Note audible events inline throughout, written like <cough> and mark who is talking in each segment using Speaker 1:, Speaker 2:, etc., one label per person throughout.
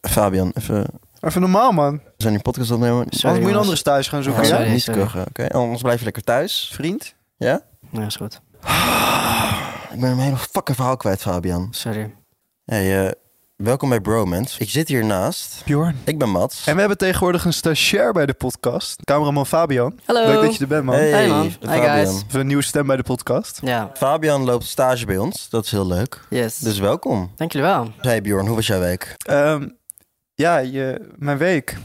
Speaker 1: Fabian, even...
Speaker 2: Even normaal, man.
Speaker 1: We zijn nu podcast opnemen.
Speaker 2: Anders moet je een
Speaker 3: jongens.
Speaker 2: andere thuis gaan zoeken.
Speaker 3: Ja,
Speaker 1: Ja,
Speaker 2: Ja,
Speaker 3: sorry,
Speaker 1: niet
Speaker 3: sorry.
Speaker 1: kuchen, oké? Oh, Anders blijf je lekker thuis, vriend. Ja? Ah,
Speaker 3: Ja, is goed.
Speaker 1: Ik ben een hele fucking verhaal kwijt, Fabian.
Speaker 3: Sorry.
Speaker 1: Hey, eh, welkom bij Bromance. Ik zit hiernaast.
Speaker 2: Bjorn.
Speaker 1: Ik ben Mats.
Speaker 2: En we hebben tegenwoordig een stagiair bij de podcast. Cameraman Fabian.
Speaker 3: Hallo.
Speaker 2: Leuk dat je er bent, man.
Speaker 1: Hey,
Speaker 3: Hey, man. Hi,
Speaker 1: Fabian.
Speaker 3: guys.
Speaker 2: Even een nieuwe stem bij de podcast.
Speaker 3: Ja,
Speaker 1: Fabian loopt stage bij ons. Dat is heel leuk.
Speaker 3: yes.
Speaker 1: Dus welkom.
Speaker 3: Dank jullie wel.
Speaker 1: Hey Bjorn, hoe was jouw week?
Speaker 2: Ehm, ja, je, mijn week.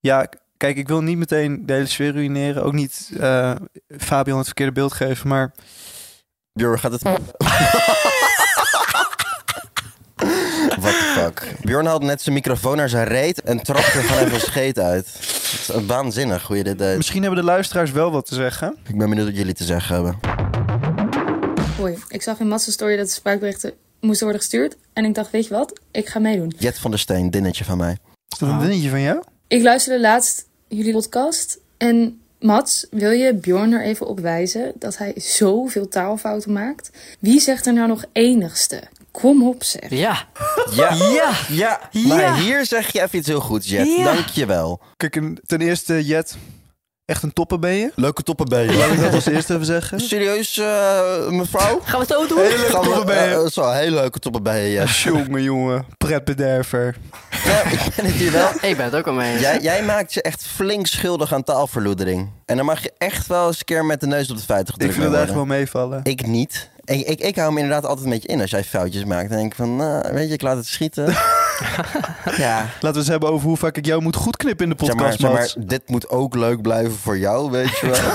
Speaker 2: Ja, k- kijk, ik wil niet meteen de hele sfeer ruïneren. Ook niet eh, Fabian het verkeerde beeld geven, maar...
Speaker 1: Bjorn gaat het... What the fuck. Bjorn haalde net zijn microfoon naar zijn reet en trapte gewoon even een scheet uit. Het is waanzinnig hoe je dit deed.
Speaker 2: Misschien hebben de luisteraars wel wat te zeggen.
Speaker 1: Ik ben benieuwd wat jullie te zeggen hebben.
Speaker 4: Hoi, ik zag in Mats' story dat de spraakberichten moesten worden gestuurd. En ik dacht, weet je wat? Ik ga meedoen.
Speaker 1: Jet van der Steen, dinnetje van mij.
Speaker 2: Is dat een
Speaker 3: Ah.
Speaker 2: dingetje van jou?
Speaker 4: Ik luisterde laatst jullie podcast. En Mats, wil je Bjorn er even op wijzen dat hij zoveel taalfouten maakt? Wie zegt er nou nog enigste? Kom op zeg.
Speaker 3: Ja.
Speaker 1: Ja,
Speaker 3: Ja.
Speaker 1: ja.
Speaker 3: Ja.
Speaker 1: Maar hier zeg je even iets heel goeds, Jet.
Speaker 3: Ja.
Speaker 1: Dankjewel.
Speaker 2: Kijk, een- <laughs> ten eerste, Jet, echt een topper ben je.
Speaker 1: Leuke toppen ben
Speaker 2: Laat ik dat als eerste even zeggen.
Speaker 1: Serieus, eh, mevrouw?
Speaker 3: Gaan we het ook doen?
Speaker 2: Hele leuke toppen ben je.
Speaker 1: Eh, zo, hele leuke toppen bij je, Jet.
Speaker 2: <laughs> Jongen, jongen. Pretbederver.
Speaker 1: Nou, <laughs> ik ben het hier wel.
Speaker 3: Ik ben het ook al mee eens.
Speaker 1: Jij, jij maakt je echt flink schuldig aan taalverloedering. En dan mag je echt wel eens een keer met de neus op de feiten
Speaker 2: Ik
Speaker 1: gedrukt
Speaker 2: vind het
Speaker 1: worden.
Speaker 2: eigenlijk wel meevallen.
Speaker 1: Ik niet. Ik, ik, ik hou me inderdaad altijd een beetje in als jij foutjes maakt. Dan denk ik van, nou, weet je, ik laat het
Speaker 2: <laughs>
Speaker 1: schieten. ja,
Speaker 2: Laten we eens hebben over hoe vaak ik jou moet goedknippen in de
Speaker 1: zeg maar,
Speaker 2: podcast,
Speaker 1: zeg
Speaker 2: Mats.
Speaker 1: maar, dit moet ook leuk blijven voor jou, weet je
Speaker 2: <laughs>
Speaker 1: wel.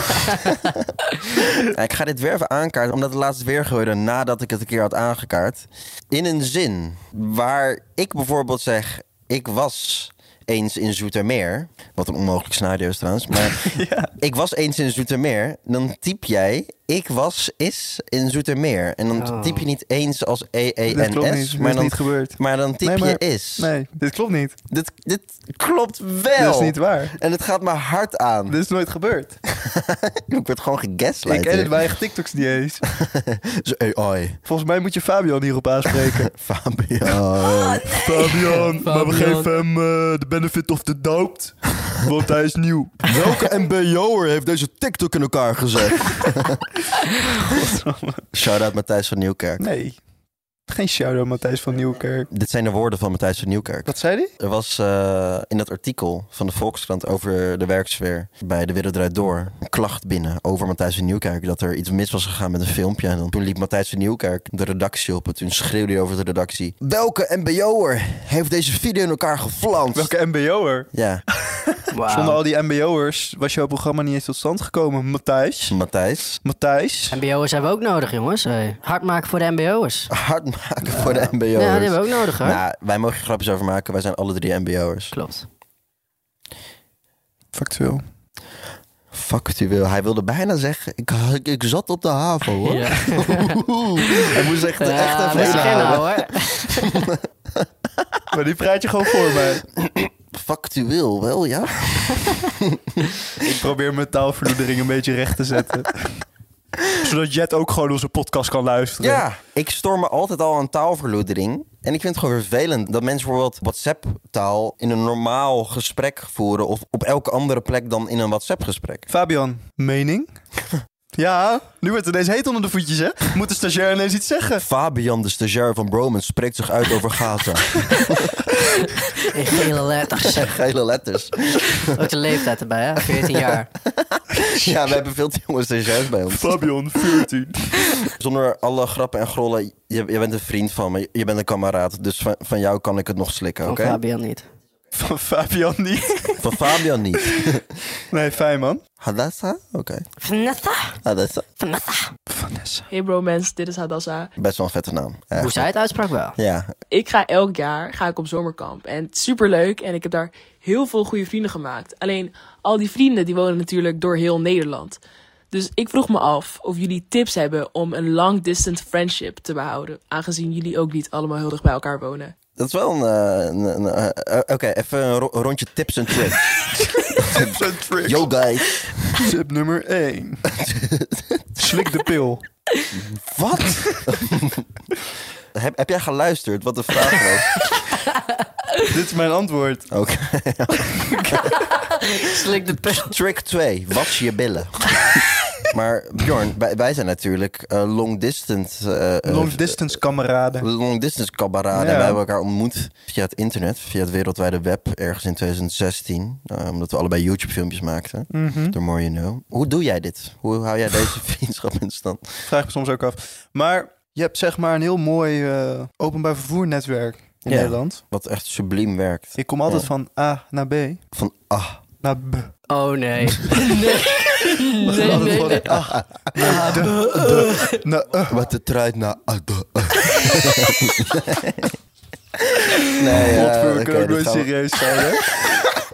Speaker 1: Ja, ik ga dit weer even aankaarten, omdat het laatst weer gebeurde nadat ik het een keer had aangekaart. In een zin waar ik bijvoorbeeld zeg, ik was eens in Zoetermeer. Wat een onmogelijk scenario is trouwens.
Speaker 2: <laughs>
Speaker 1: Maar ik was eens in Zoetermeer. Dan typ jij, ik was is in Zoetermeer. En dan
Speaker 3: Oh.
Speaker 1: typ je niet eens als E
Speaker 2: Dat klopt
Speaker 1: E-E-N-S.
Speaker 2: niet. Maar
Speaker 1: Maar
Speaker 2: is
Speaker 1: dan,
Speaker 2: niet gebeurd.
Speaker 1: maar dan typ
Speaker 2: Nee, maar-
Speaker 1: je
Speaker 2: <laughs>
Speaker 1: is.
Speaker 2: Nee, dit klopt niet.
Speaker 1: Dit, dit klopt wel.
Speaker 2: Dit is niet waar.
Speaker 1: En het gaat me hard aan.
Speaker 2: Dit is nooit gebeurd.
Speaker 1: <laughs> Ik word gewoon gegaslight.
Speaker 2: Ik edit mijn eigen TikToks niet eens.
Speaker 1: <laughs> Zo, eh, AI.
Speaker 2: Volgens mij moet je Fabian hierop
Speaker 1: <laughs>
Speaker 2: aanspreken.
Speaker 1: Fabian.
Speaker 2: Fabian, maar
Speaker 3: Fabian.
Speaker 2: we geven hem eh, de benefit of the doubt. Want hij is nieuw.
Speaker 1: Welke MBO'er heeft deze TikTok in elkaar
Speaker 3: <laughs>
Speaker 1: gezet? Shout-out Matthijs van Nieuwkerk.
Speaker 2: Nee. Geen shout-out Matthijs van Nieuwkerk.
Speaker 1: Dit zijn de woorden van Matthijs van Nieuwkerk.
Speaker 2: Wat zei hij?
Speaker 1: Er was eh, in dat artikel van de Volkskrant over de werksfeer bij De Wereld Draait Door een klacht binnen over Matthijs van Nieuwkerk. Dat er iets mis was gegaan met een filmpje. En dan, toen liep Matthijs van Nieuwkerk de redactie op en toen schreeuwde hij over de redactie. Welke MBO'er heeft deze video in elkaar geflanst?
Speaker 2: Welke MBO'er? <laughs>
Speaker 1: Ja,
Speaker 3: Wauw.
Speaker 2: Zonder al die MBO'ers was jouw programma niet eens tot stand gekomen, Matthijs.
Speaker 1: Matthijs.
Speaker 2: Matthijs.
Speaker 3: MBO'ers hebben we ook nodig, jongens. Hey. Hard maken voor de MBO'ers.
Speaker 1: Hard maken <laughs> voor de MBO'ers.
Speaker 3: Ja, Eh, die hebben we ook nodig, hoor.
Speaker 1: Nou, wij mogen er grapjes over maken. Wij zijn alle drie MBO'ers.
Speaker 3: Klopt.
Speaker 2: Factueel.
Speaker 1: Factueel. Hij wilde bijna zeggen, ik, ik, ik zat op de haven hoor. <laughs>
Speaker 3: Ja. <laughs>
Speaker 1: Hij moest echt, echt
Speaker 3: Ja,
Speaker 1: even
Speaker 3: dat is geen
Speaker 1: inhouden.
Speaker 3: nou, hoor.
Speaker 1: <laughs>
Speaker 2: Maar die praat je gewoon voor mij.
Speaker 1: Factueel wel, ja.
Speaker 2: Ik probeer mijn taalverloedering een beetje recht te
Speaker 1: <laughs>
Speaker 2: zetten. Zodat Jet ook gewoon onze podcast kan luisteren.
Speaker 1: Ja, ik storm me altijd al aan taalverloedering. En ik vind het gewoon vervelend dat mensen bijvoorbeeld WhatsApp-taal in een normaal gesprek voeren. Of op elke andere plek dan in een WhatsApp-gesprek.
Speaker 2: Fabian,
Speaker 1: <laughs>
Speaker 2: mening? ja, nu wordt het ineens heet onder de voetjes, hè? Moet de stagiair ineens iets zeggen?
Speaker 1: Fabian, de stagiair van Broman, spreekt zich uit over
Speaker 3: <laughs>
Speaker 1: Gaza.
Speaker 3: In gele
Speaker 1: <laughs>
Speaker 3: letters.
Speaker 1: Gele letters.
Speaker 3: Ook de leeftijd erbij, hè? 14 jaar.
Speaker 1: Ja, we hebben veel te jonge stagiairs bij ons.
Speaker 2: Fabian, 14.
Speaker 1: <laughs> Zonder alle grappen en grollen, je, je bent een vriend van me, je bent een kameraad. Dus van, van jou kan ik het nog slikken,
Speaker 3: Van
Speaker 1: <laughs> oké?
Speaker 3: Fabian niet.
Speaker 2: Van Fabian niet.
Speaker 1: <laughs> Van Fabian niet.
Speaker 2: <laughs> Nee, fijn man.
Speaker 1: Hadassa? Oké.
Speaker 3: Vanessa.
Speaker 1: Hadassa.
Speaker 3: Vanessa.
Speaker 2: Vanessa.
Speaker 5: Hey bro mensen, dit is Hadassa.
Speaker 1: Best wel een vette naam. Ja.
Speaker 3: Hoe zij het uitsprak wel.
Speaker 1: Ja.
Speaker 5: Ik ga elk jaar ga ik op zomerkamp en het is superleuk en ik heb daar heel veel goede vrienden gemaakt. Alleen al die vrienden die wonen natuurlijk door heel Nederland. Dus ik vroeg me af of jullie tips hebben om een long distance friendship te behouden, aangezien jullie ook niet allemaal heel dicht bij elkaar wonen.
Speaker 1: Dat is wel een... eh, een- een- eh, eh, Oké, even een ro- rondje tips en tricks.
Speaker 2: <laughs> Tips en tricks.
Speaker 1: Yo guys.
Speaker 2: Tip nummer 1. Slik de pil.
Speaker 1: Wat? heb, heb jij geluisterd wat de vraag was?
Speaker 2: <laughs> Dit is mijn antwoord.
Speaker 1: Ook.
Speaker 3: <laughs> Slik de pil.
Speaker 1: Trick 2. Was je
Speaker 3: <laughs>
Speaker 1: billen. maar Bjorn, wij, wij zijn natuurlijk eh, long distance... eh, eh,
Speaker 2: Long distance kameraden.
Speaker 1: long distance kameraden.
Speaker 2: Ja.
Speaker 1: En wij hebben elkaar ontmoet via het internet, via het wereldwijde web, ergens in 2016. eh, omdat we allebei YouTube filmpjes maakten.
Speaker 2: Mhm.
Speaker 1: The more you know. Hoe doe jij dit? Hoe hou jij
Speaker 2: <laughs>
Speaker 1: deze vriendschap in stand?
Speaker 2: Vraag me soms ook af. Maar je hebt zeg maar een heel mooi eh, openbaar vervoernetwerk in
Speaker 1: Ja.
Speaker 2: Nederland.
Speaker 1: Wat echt subliem werkt.
Speaker 2: Ik kom altijd
Speaker 1: Ja.
Speaker 2: van A naar B
Speaker 1: Van ah,
Speaker 2: naar B.
Speaker 3: Oh
Speaker 1: <laughs>
Speaker 3: nee. Nee. Nee,
Speaker 2: Altijd
Speaker 3: nee,
Speaker 2: van
Speaker 3: nee.
Speaker 2: A naar de, de, naar E.
Speaker 1: wat de truit na. ah, de, ah. nee, ja,
Speaker 2: Godver, we
Speaker 1: oké,
Speaker 2: kunnen ook
Speaker 1: dit
Speaker 2: nooit
Speaker 1: gaan we-
Speaker 2: serieus zijn, hè?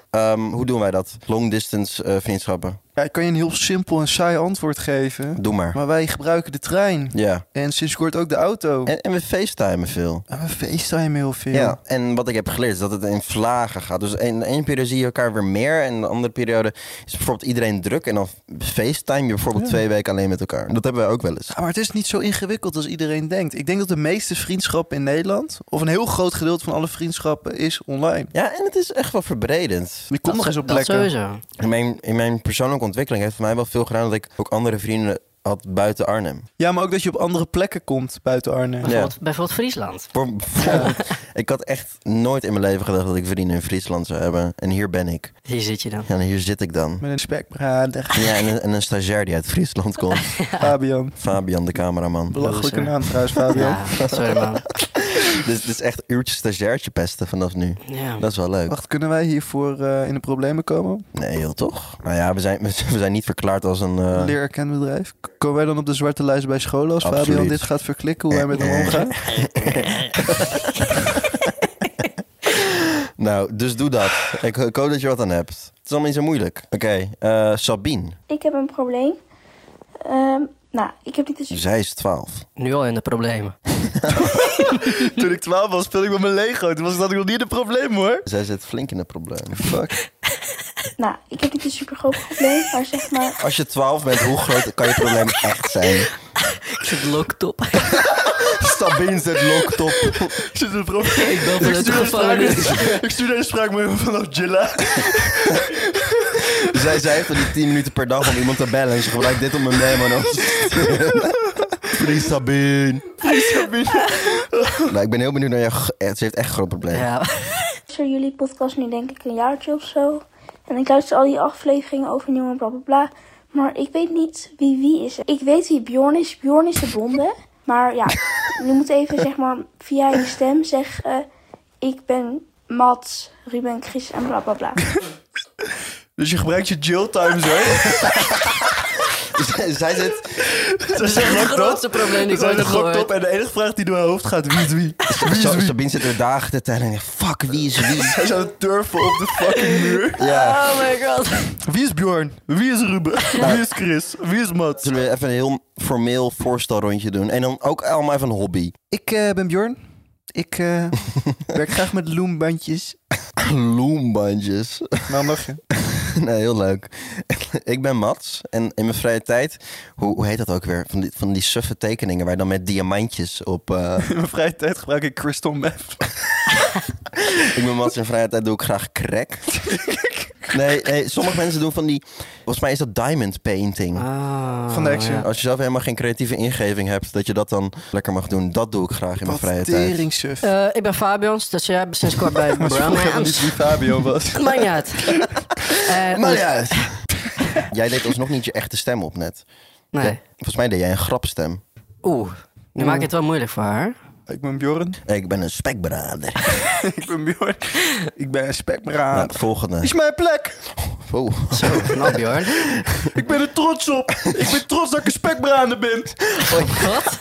Speaker 1: Ehm, hoe doen wij dat? Long distance eh, vriendschappen.
Speaker 2: Ja, ik kan je een heel simpel en saai antwoord geven.
Speaker 1: Doe maar.
Speaker 2: Maar wij gebruiken de trein.
Speaker 1: Ja.
Speaker 2: En sinds kort ook de auto. En,
Speaker 1: En, en we facetimen veel.
Speaker 2: we facetimen heel veel.
Speaker 1: Ja, en wat ik heb geleerd is dat het in vlagen gaat. Dus in de ene periode zie je elkaar weer meer. En de andere periode is bijvoorbeeld iedereen druk. En dan facetime je bijvoorbeeld
Speaker 2: Ja.
Speaker 1: twee weken alleen met elkaar. Dat hebben wij ook wel eens.
Speaker 2: Ja, Ah, maar het is niet zo ingewikkeld als iedereen denkt. Ik denk dat de meeste vriendschappen in Nederland... of een heel groot gedeelte van alle vriendschappen is online.
Speaker 1: Ja, en het is echt wel verbredend.
Speaker 2: Je komt nog eens op
Speaker 3: Dat
Speaker 2: plekken.
Speaker 3: sowieso.
Speaker 1: In mijn, in mijn persoonlijke ontwikkeling heeft het mij wel veel gedaan... dat ik ook andere vrienden had buiten Arnhem.
Speaker 2: Ja, maar ook dat je op andere plekken komt buiten Arnhem.
Speaker 1: Ja.
Speaker 3: Bijvoorbeeld, bijvoorbeeld Friesland.
Speaker 1: Voor- <laughs> ik had echt nooit in mijn leven gedacht dat ik vrienden in Friesland zou hebben. En hier ben ik.
Speaker 3: Hier zit je dan.
Speaker 1: En hier zit ik dan.
Speaker 2: Met een spekbrader.
Speaker 1: Ja, en een, en een stagiair die uit
Speaker 3: <laughs>
Speaker 1: Friesland komt.
Speaker 2: Fabian.
Speaker 1: Fabian, de cameraman.
Speaker 2: Belachelijke
Speaker 3: Loser.
Speaker 2: naam trouwens, Fabian.
Speaker 3: Ja, sorry man.
Speaker 1: <laughs> Dus het is echt uurtje stagiairtje pesten vanaf nu.
Speaker 3: Ja.
Speaker 1: Dat is wel leuk.
Speaker 2: Wacht, kunnen wij hiervoor eh, in de problemen komen?
Speaker 1: Nee, heel toch? Nou ja, we zijn, <laughs> we zijn niet verklaard als een... eh,
Speaker 2: Leererkend bedrijf. K- Komen wij dan op de zwarte lijst bij scholen als
Speaker 1: Absoluut. Eh,
Speaker 2: Fabian dit gaat verklikken hoe hij met hem omgaat?
Speaker 1: nou, dus doe dat. Ik, ik hoop dat je wat aan hebt. Het is allemaal niet zo moeilijk. Oké, eh, Sabine.
Speaker 6: Ik heb een probleem. Ehm, nou, ik heb niet eens
Speaker 1: Zij is 12.
Speaker 3: Nu al in de problemen.
Speaker 2: Toen ik 12 was, speelde ik met mijn Lego. Toen was dat ik nog niet een probleem hoor.
Speaker 1: Zij zit flink in de problemen.
Speaker 2: Fuck.
Speaker 6: Nou, ik heb niet een super groot probleem, maar zeg
Speaker 1: <laughs>
Speaker 6: maar.
Speaker 1: Als je 12 bent, hoe groot kan je probleem echt zijn?
Speaker 3: <laughs> Ik zit lokt op.
Speaker 1: Sabine zit lokt op.
Speaker 2: Ik zit een probleem.
Speaker 3: Ik ben van het gevangenis.
Speaker 2: Ik stuur deze spraak maar even vanaf Jilla.
Speaker 1: Dus Zij, zij heeft er die 10 minuten per dag om iemand te bellen. En ze gebruikt dit om een memo. en dan- Free Sabine. Nou, ik ben heel benieuwd naar jou. Ze heeft echt een groot probleem.
Speaker 3: Ja.
Speaker 6: Ik <laughs> luister jullie podcast nu, denk ik, een jaartje of zo. En ik luister al die afleveringen over nieuw en bla bla bla. Maar ik weet niet wie wie is. Ik weet wie Bjorn is. Bjorn is de blonde. Maar ja, nu moet even, zeg maar, via je stem zeggen: eh, Ik ben Mats, Ruben, Chris en bla bla bla.
Speaker 2: Dus je gebruikt je jail time zo.
Speaker 1: Zij, zij zit
Speaker 2: Ze
Speaker 3: Dat is
Speaker 2: zijn
Speaker 3: het
Speaker 2: locked op.
Speaker 3: grootste probleem die
Speaker 2: Ze
Speaker 3: ik ooit
Speaker 2: zijn
Speaker 3: heb
Speaker 2: locked
Speaker 3: gehoord.
Speaker 2: op. En de enige vraag die door haar hoofd gaat, wie is wie? Wie
Speaker 1: Sa-
Speaker 2: is wie?
Speaker 1: Sabine zit er dagen te tellen. en denkt, Fuck, wie is wie?
Speaker 2: <laughs> Zij zou turven op de fucking muur.
Speaker 1: Ja.
Speaker 3: Oh my god.
Speaker 2: Wie is Bjorn? Wie is Ruben? Wie is Chris? Wie is Mats?
Speaker 1: Zullen we even een heel formeel voorstelrondje doen? En dan ook allemaal even een hobby.
Speaker 2: Ik eh, ben Bjorn. Ik
Speaker 1: <laughs>
Speaker 2: eh, werk graag met loombandjes.
Speaker 1: Loombandjes.
Speaker 2: Nou mag je.
Speaker 1: <laughs> nee, heel leuk. ik ben Mats. En in mijn vrije tijd... Hoe, hoe heet dat ook weer? Van die, van die suffe tekeningen waar dan met diamantjes op... eh, <laughs>
Speaker 2: In mijn vrije tijd gebruik ik crystal meth.
Speaker 1: Ik ben Mats in vrije tijd doe ik graag crack.
Speaker 2: <laughs>
Speaker 1: Nee, nee, sommige mensen doen van die... Volgens mij is dat diamond painting.
Speaker 3: Ah,
Speaker 2: Van de action.
Speaker 3: ja.
Speaker 1: Als je zelf helemaal geen creatieve ingeving hebt... dat je dat dan lekker mag doen. Dat doe ik graag in mijn vrije tijd.
Speaker 2: Teringsuff.
Speaker 3: Eh, ik ben Fabian, stagiair sinds kort
Speaker 1: <laughs>
Speaker 3: bij Brahmans.
Speaker 2: wie Fabio <laughs> was.
Speaker 3: Maakt niet uit. Eh,
Speaker 1: Maar ja.
Speaker 3: <laughs>
Speaker 1: jij deed alsnog niet je echte stem op net.
Speaker 3: Nee.
Speaker 1: Volgens mij deed jij een grapstem.
Speaker 3: Oeh, nu
Speaker 1: Mm.
Speaker 3: maak ik het wel moeilijk voor haar.
Speaker 2: Ik ben Bjorn.
Speaker 1: Ik ben een spekbrader.
Speaker 2: <laughs> Ik ben Bjorn. Ik ben een spekbraad.
Speaker 1: Nou, volgende.
Speaker 2: Is mijn plek.
Speaker 1: Oh,
Speaker 3: Zo, nou Bjorn.
Speaker 2: Ik ben er trots op. Ik ben trots dat ik een spekbrader ben.
Speaker 3: Wat?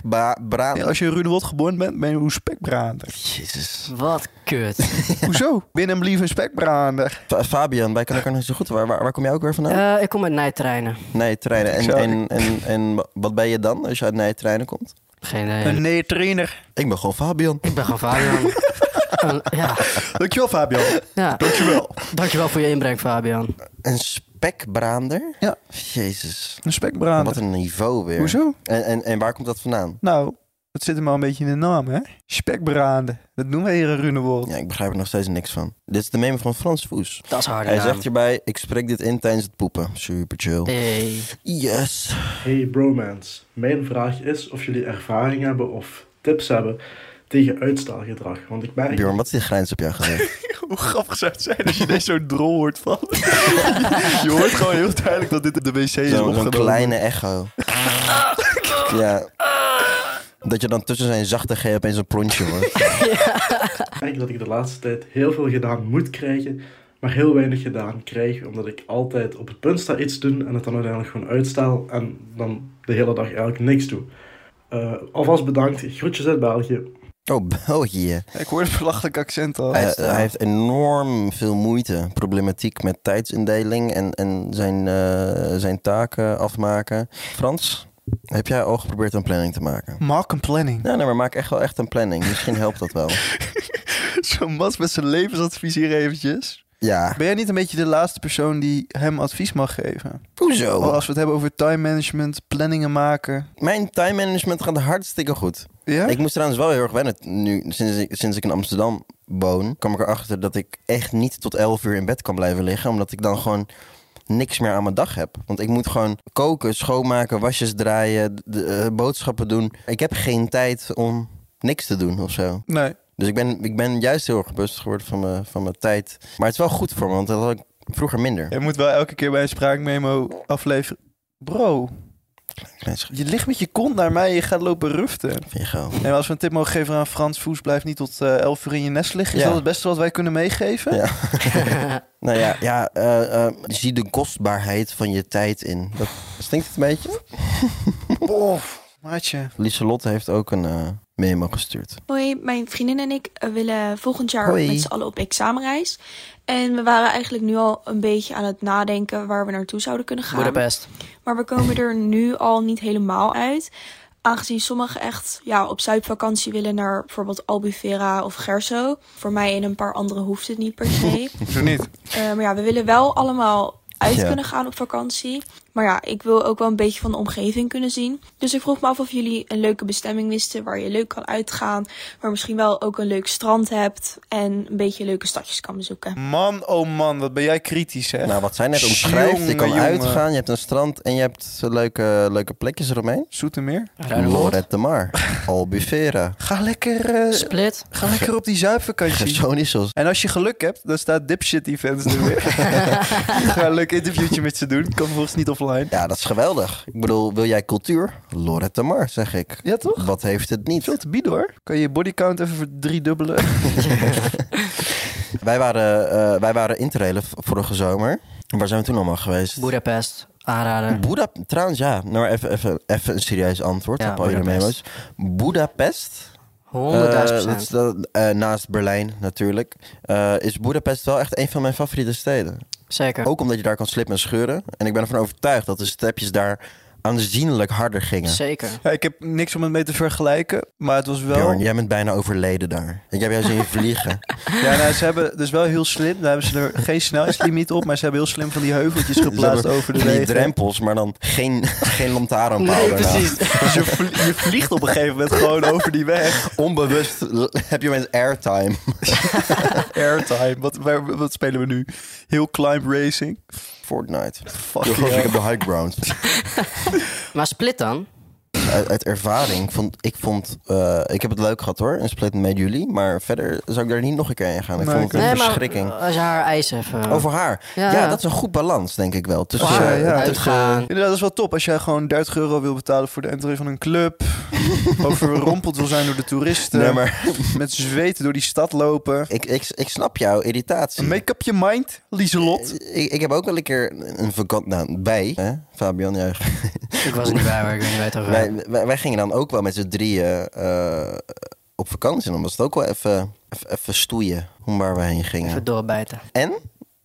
Speaker 1: spekbrader.
Speaker 2: Als je in Rudewold geboren bent, ben je een spekbrader.
Speaker 1: <laughs> Jezus.
Speaker 3: Wat kut.
Speaker 2: Hoezo? Ben hem lief een spekbrader.
Speaker 1: Fa- Fabian, wij kunnen elkaar nog niet zo goed. Waar, waar, waar kom jij ook weer vandaan?
Speaker 3: Eh, ik kom uit Nijtreinen.
Speaker 1: Nee, treinen. En,
Speaker 2: Sorry.
Speaker 1: en, en, en wat ben je dan als je uit Nijtreinen komt?
Speaker 3: Geen idee.
Speaker 2: Een nee trainer.
Speaker 1: Ik ben gewoon Fabian.
Speaker 3: Ik ben gewoon
Speaker 1: <laughs>
Speaker 3: Fabian. Een- ja,
Speaker 2: Dankjewel Fabio.
Speaker 3: ja.
Speaker 2: Dankjewel.
Speaker 3: <laughs> Dankjewel voor je inbreng, Fabian.
Speaker 1: Een spekbrander?
Speaker 2: Ja.
Speaker 1: Jezus.
Speaker 2: Een spekbrader.
Speaker 1: Wat een niveau weer.
Speaker 2: Hoezo?
Speaker 1: En, en, en waar komt dat vandaan?
Speaker 2: Nou, Dat zit hem al een beetje in de naam, hè? Spekbraande. Dat noemen wij hier in Runewold.
Speaker 1: Ja, ik begrijp er nog steeds niks van. Dit is de meme van Frans Voes.
Speaker 3: Dat is harde
Speaker 1: Hij
Speaker 3: naam.
Speaker 1: zegt hierbij, ik spreek dit in tijdens het poepen. Super chill.
Speaker 3: Hey.
Speaker 1: Yes.
Speaker 7: Hey bromance, mijn vraag is of jullie ervaring hebben of tips hebben tegen uitstelgedrag. Want ik merk
Speaker 1: Bjorn, wat is die grijns op jou gelegd?
Speaker 2: <laughs> Hoe grappig zou het zijn als je daar <laughs> zo'n drol hoort van? je hoort gewoon heel duidelijk dat dit de wc is
Speaker 1: Zo'n zo'n
Speaker 2: opgenomen.
Speaker 1: kleine echo. <laughs> ja. Dat je dan tussen zijn zachte G opeens een plonsje hoort.
Speaker 7: merk dat ik de laatste tijd heel veel gedaan moet krijgen, maar heel weinig gedaan krijg, omdat ik altijd op het punt sta iets te doen en het dan uiteindelijk gewoon uitstel en dan de hele dag eigenlijk niks doe. Eh, alvast bedankt, groetjes uit België.
Speaker 1: Oh, België.
Speaker 2: Ik hoor het belachelijk accent al. Eh,
Speaker 1: Hij, Eh, hij heeft enorm veel moeite, problematiek met tijdsindeling en, en zijn, eh, zijn taken afmaken. Frans, heb jij al geprobeerd een planning te maken?
Speaker 2: Mark een planning.
Speaker 1: Nou, nee, maar maak echt wel echt een planning. Misschien helpt dat
Speaker 2: <laughs>
Speaker 1: wel.
Speaker 2: Zo'n mas met zijn levensadvies hier eventjes.
Speaker 1: Ja.
Speaker 2: Ben jij niet een beetje de laatste persoon die hem advies mag geven?
Speaker 1: Hoezo?
Speaker 2: Als we het hebben over time management, planningen maken.
Speaker 1: Mijn time management gaat hartstikke goed.
Speaker 2: Ja?
Speaker 1: Ik moest trouwens wel heel erg wennen nu, sinds ik, sinds ik in Amsterdam woon, kwam ik erachter dat ik echt niet tot 11 uur in bed kan blijven liggen, omdat ik dan gewoon niks meer aan mijn dag heb. Want ik moet gewoon koken, schoonmaken, wasjes draaien, d- de, eh, boodschappen doen. Ik heb geen tijd om niks te doen of zo.
Speaker 2: Nee.
Speaker 1: Dus ik ben, ik ben juist heel erg bewust geworden van mijn, van mijn tijd. Maar het is wel goed voor me, want dat had ik vroeger minder.
Speaker 2: Je moet wel elke keer bij een spraakmemo afleveren. Bro,
Speaker 1: Klein schip
Speaker 2: je ligt met je kont naar mij en je gaat lopen ruften.
Speaker 1: Vind je gauw.
Speaker 2: En als we een tip mogen geven aan Frans Voes, blijf niet tot eh 11 uur in je nest liggen. Is
Speaker 1: Ja.
Speaker 2: dat het beste wat wij kunnen meegeven?
Speaker 1: Ja. <laughs> nou ja, ja eh, eh, zie de kostbaarheid van je tijd in. Dat stinkt het een beetje?
Speaker 2: Bof, maatje.
Speaker 1: Lieselotte heeft ook een eh, memo gestuurd.
Speaker 8: Hoi, mijn vriendin en ik eh, willen volgend jaar
Speaker 1: Hoi.
Speaker 8: met z'n allen op examenreis. En we waren eigenlijk nu al een beetje aan het nadenken waar we naartoe zouden kunnen gaan.
Speaker 3: Budapest.
Speaker 8: Maar we komen er nu al niet helemaal uit. Aangezien sommigen echt ja, op zuidvakantie willen naar bijvoorbeeld Albufeira of Gerso. Voor mij en een paar anderen hoeft het niet per se.
Speaker 2: <laughs> Zo niet.
Speaker 8: Eh, maar ja, we willen wel allemaal uit
Speaker 1: Ja.
Speaker 8: kunnen gaan op vakantie. Maar ja, ik wil ook wel een beetje van de omgeving kunnen zien. Dus ik vroeg me af of jullie een leuke bestemming wisten waar je leuk kan uitgaan. Waar misschien wel ook een leuk strand hebt en een beetje leuke stadjes kan bezoeken.
Speaker 2: Man, oh man, wat ben jij kritisch, hè?
Speaker 1: Nou, wat zij net omschrijft. Je kan
Speaker 2: Jongen, jongen.
Speaker 1: uitgaan, je hebt een strand en je hebt eh, leuke, leuke plekjes eromheen.
Speaker 2: Zoetermeer?
Speaker 1: Lorette de Mar, Albufeira,
Speaker 2: Ga lekker, eh,
Speaker 3: Split.
Speaker 2: ga lekker op die zuipvakantie.
Speaker 1: Gersonisos.
Speaker 2: En als je geluk hebt, dan staat Dipshit Events er weer. <laughs> Ga een leuk interviewtje met ze doen. Kan volgens niet offline.
Speaker 1: Ja, dat is geweldig. Ik bedoel, wil jij cultuur? Lorette de Mar, zeg ik.
Speaker 2: Ja, toch?
Speaker 1: Wat heeft het niet?
Speaker 2: Veel te bieden, hoor. Kan je je bodycount even verdriedubbelen?
Speaker 1: <laughs> Wij waren, eh, wij waren interrailen v- vorige zomer. Waar zijn we toen allemaal geweest?
Speaker 3: Budapest. Aanrader.
Speaker 1: Boeda- trouwens, ja, nou maar even, even, even een serieus antwoord
Speaker 3: Ja,
Speaker 1: op al jullie memo's.
Speaker 3: Boedapest.
Speaker 1: Budapest
Speaker 3: 100.000
Speaker 1: Eh, dat is
Speaker 3: procent.
Speaker 1: dat- eh, naast Berlijn natuurlijk. eh, is Boedapest wel echt een van mijn favoriete steden.
Speaker 3: Zeker.
Speaker 1: Ook omdat je daar kan slippen en scheuren. En ik ben ervan overtuigd dat de stepjes daar aanzienlijk harder gingen.
Speaker 3: Zeker.
Speaker 2: Ja, ik heb niks om het mee te vergelijken, maar het was wel...
Speaker 1: Bjorn, jij bent bijna overleden daar. Ik heb jou zien vliegen.
Speaker 2: Ja, nou, ze hebben dus wel heel slim. Daar hebben ze er geen snelheidslimiet op, maar ze hebben heel slim van die heuveltjes <laughs> geplaatst
Speaker 1: Ze hebben
Speaker 2: over de
Speaker 1: van die
Speaker 2: wegen.
Speaker 1: drempels, maar dan geen, <laughs> geen lantaarnpaal
Speaker 3: Nee,
Speaker 1: daarna.
Speaker 3: precies.
Speaker 2: <laughs> Dus je, vlie- je vliegt op een gegeven moment gewoon over die weg.
Speaker 1: Onbewust l- heb je opeens airtime.
Speaker 2: <laughs> Airtime. Wat, waar- wat spelen we nu? Heel climb racing.
Speaker 1: Fortnite.
Speaker 2: Fuck
Speaker 1: Yo, gast,
Speaker 2: yeah.
Speaker 1: ik heb de high ground.
Speaker 3: Maar Split dan?
Speaker 1: uit, uit ervaring vond ik vond eh, ik heb het leuk gehad hoor een split met jullie maar verder zou ik daar niet nog een keer in gaan ik
Speaker 2: Nee,
Speaker 1: vond
Speaker 2: ik
Speaker 1: het een
Speaker 3: Nee, maar
Speaker 1: verschrikking
Speaker 3: als je haar ijs even...
Speaker 1: over haar ja.
Speaker 3: Ja.
Speaker 1: dat is een goed balans denk ik wel tussen
Speaker 2: Ja,
Speaker 1: eh,
Speaker 2: ja.
Speaker 1: tussen-
Speaker 3: uitgaan.
Speaker 2: Inderdaad, dat is wel top. Als jij gewoon 30 euro wil betalen voor de entree van een
Speaker 1: <laughs>
Speaker 2: club. overrompeld wil zijn door de toeristen.
Speaker 1: nee, maar
Speaker 2: Met zweten door die stad lopen.
Speaker 1: ik, ik, ik snap jouw irritatie
Speaker 2: Make up your mind, Lieselot.
Speaker 1: ik, ik heb ook wel een keer een vakantie nou, bij hè? Fabian jij
Speaker 3: Ik was er niet bij, maar ik weet niet weten of...
Speaker 1: <laughs> wij, wij, wij gingen dan ook wel met z'n drieën eh, op vakantie en dan was het ook wel even even- even stoeien om waar we heen gingen
Speaker 3: Even doorbijten.
Speaker 1: En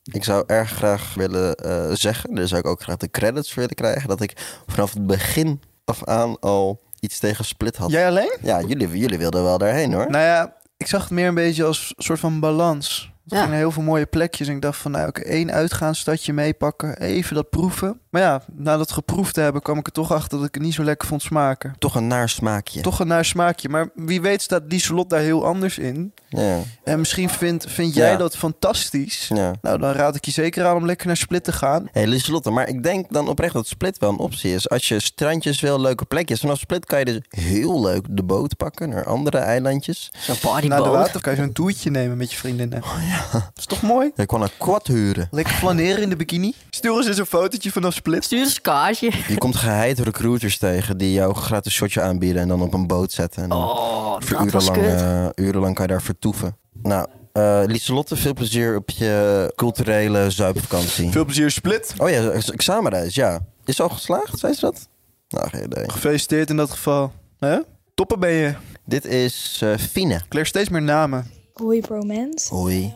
Speaker 1: ik zou erg graag willen eh, zeggen, daar zou ik ook graag de credits voor willen krijgen, dat ik vanaf het begin af aan al iets tegen Split had. Ja,
Speaker 2: Jij alleen?
Speaker 1: jullie, jullie wilden wel daarheen hoor.
Speaker 2: Ah, Nou ja, ik zag het meer een beetje als een soort van balans. Er gingen heel veel mooie plekjes. En ik dacht van, nou, oké, één uitgaansstadje meepakken. Even dat proeven. Maar ja, na dat geproefd te hebben, kwam ik er toch achter dat ik het niet zo lekker vond smaken.
Speaker 1: Toch een naar smaakje.
Speaker 2: Toch een naar smaakje. Maar wie weet staat Lieselot daar heel anders in.
Speaker 1: Ja.
Speaker 2: En misschien vind, vind jij
Speaker 1: Ja.
Speaker 2: dat fantastisch.
Speaker 1: ja.
Speaker 2: Nou, dan raad ik je zeker aan om lekker naar Split te gaan.
Speaker 1: Hé, Lieselotte, maar ik denk dan oprecht dat Split wel een optie is. Als je strandjes wil, leuke plekjes. Vanaf Split kan je dus heel leuk de boot pakken naar andere eilandjes.
Speaker 9: Zo'n
Speaker 2: Naar de
Speaker 9: partyboot.
Speaker 2: water kan je zo'n toertje nemen met je vriendinnen. Oh ja. is toch mooi?
Speaker 1: Je kon een quad huren.
Speaker 2: Lekker flaneren in de bikini. Stuur ons eens een fotootje vanaf Split.
Speaker 9: Stuur eens een kaartje.
Speaker 1: Je komt geheid recruiters tegen die jou een gratis shotje aanbieden en dan op een boot zetten. En dan
Speaker 9: Oh,
Speaker 1: voor
Speaker 9: dat was
Speaker 1: urenlang,
Speaker 9: kut.
Speaker 1: eh, urenlang kan je daar vertoeven. Nou, eh Lieselotte, veel plezier op je culturele zuipvakantie.
Speaker 2: Veel plezier Split.
Speaker 1: Oh ja, examenreis, ja. Is ze al geslaagd, zei ze dat? Nou, geen idee.
Speaker 2: Gefeliciteerd in dat geval. Hè? Topper ben je.
Speaker 1: Dit is eh, Fine.
Speaker 2: Ik leer steeds meer namen.
Speaker 10: Hoi bromance.
Speaker 1: Hoi.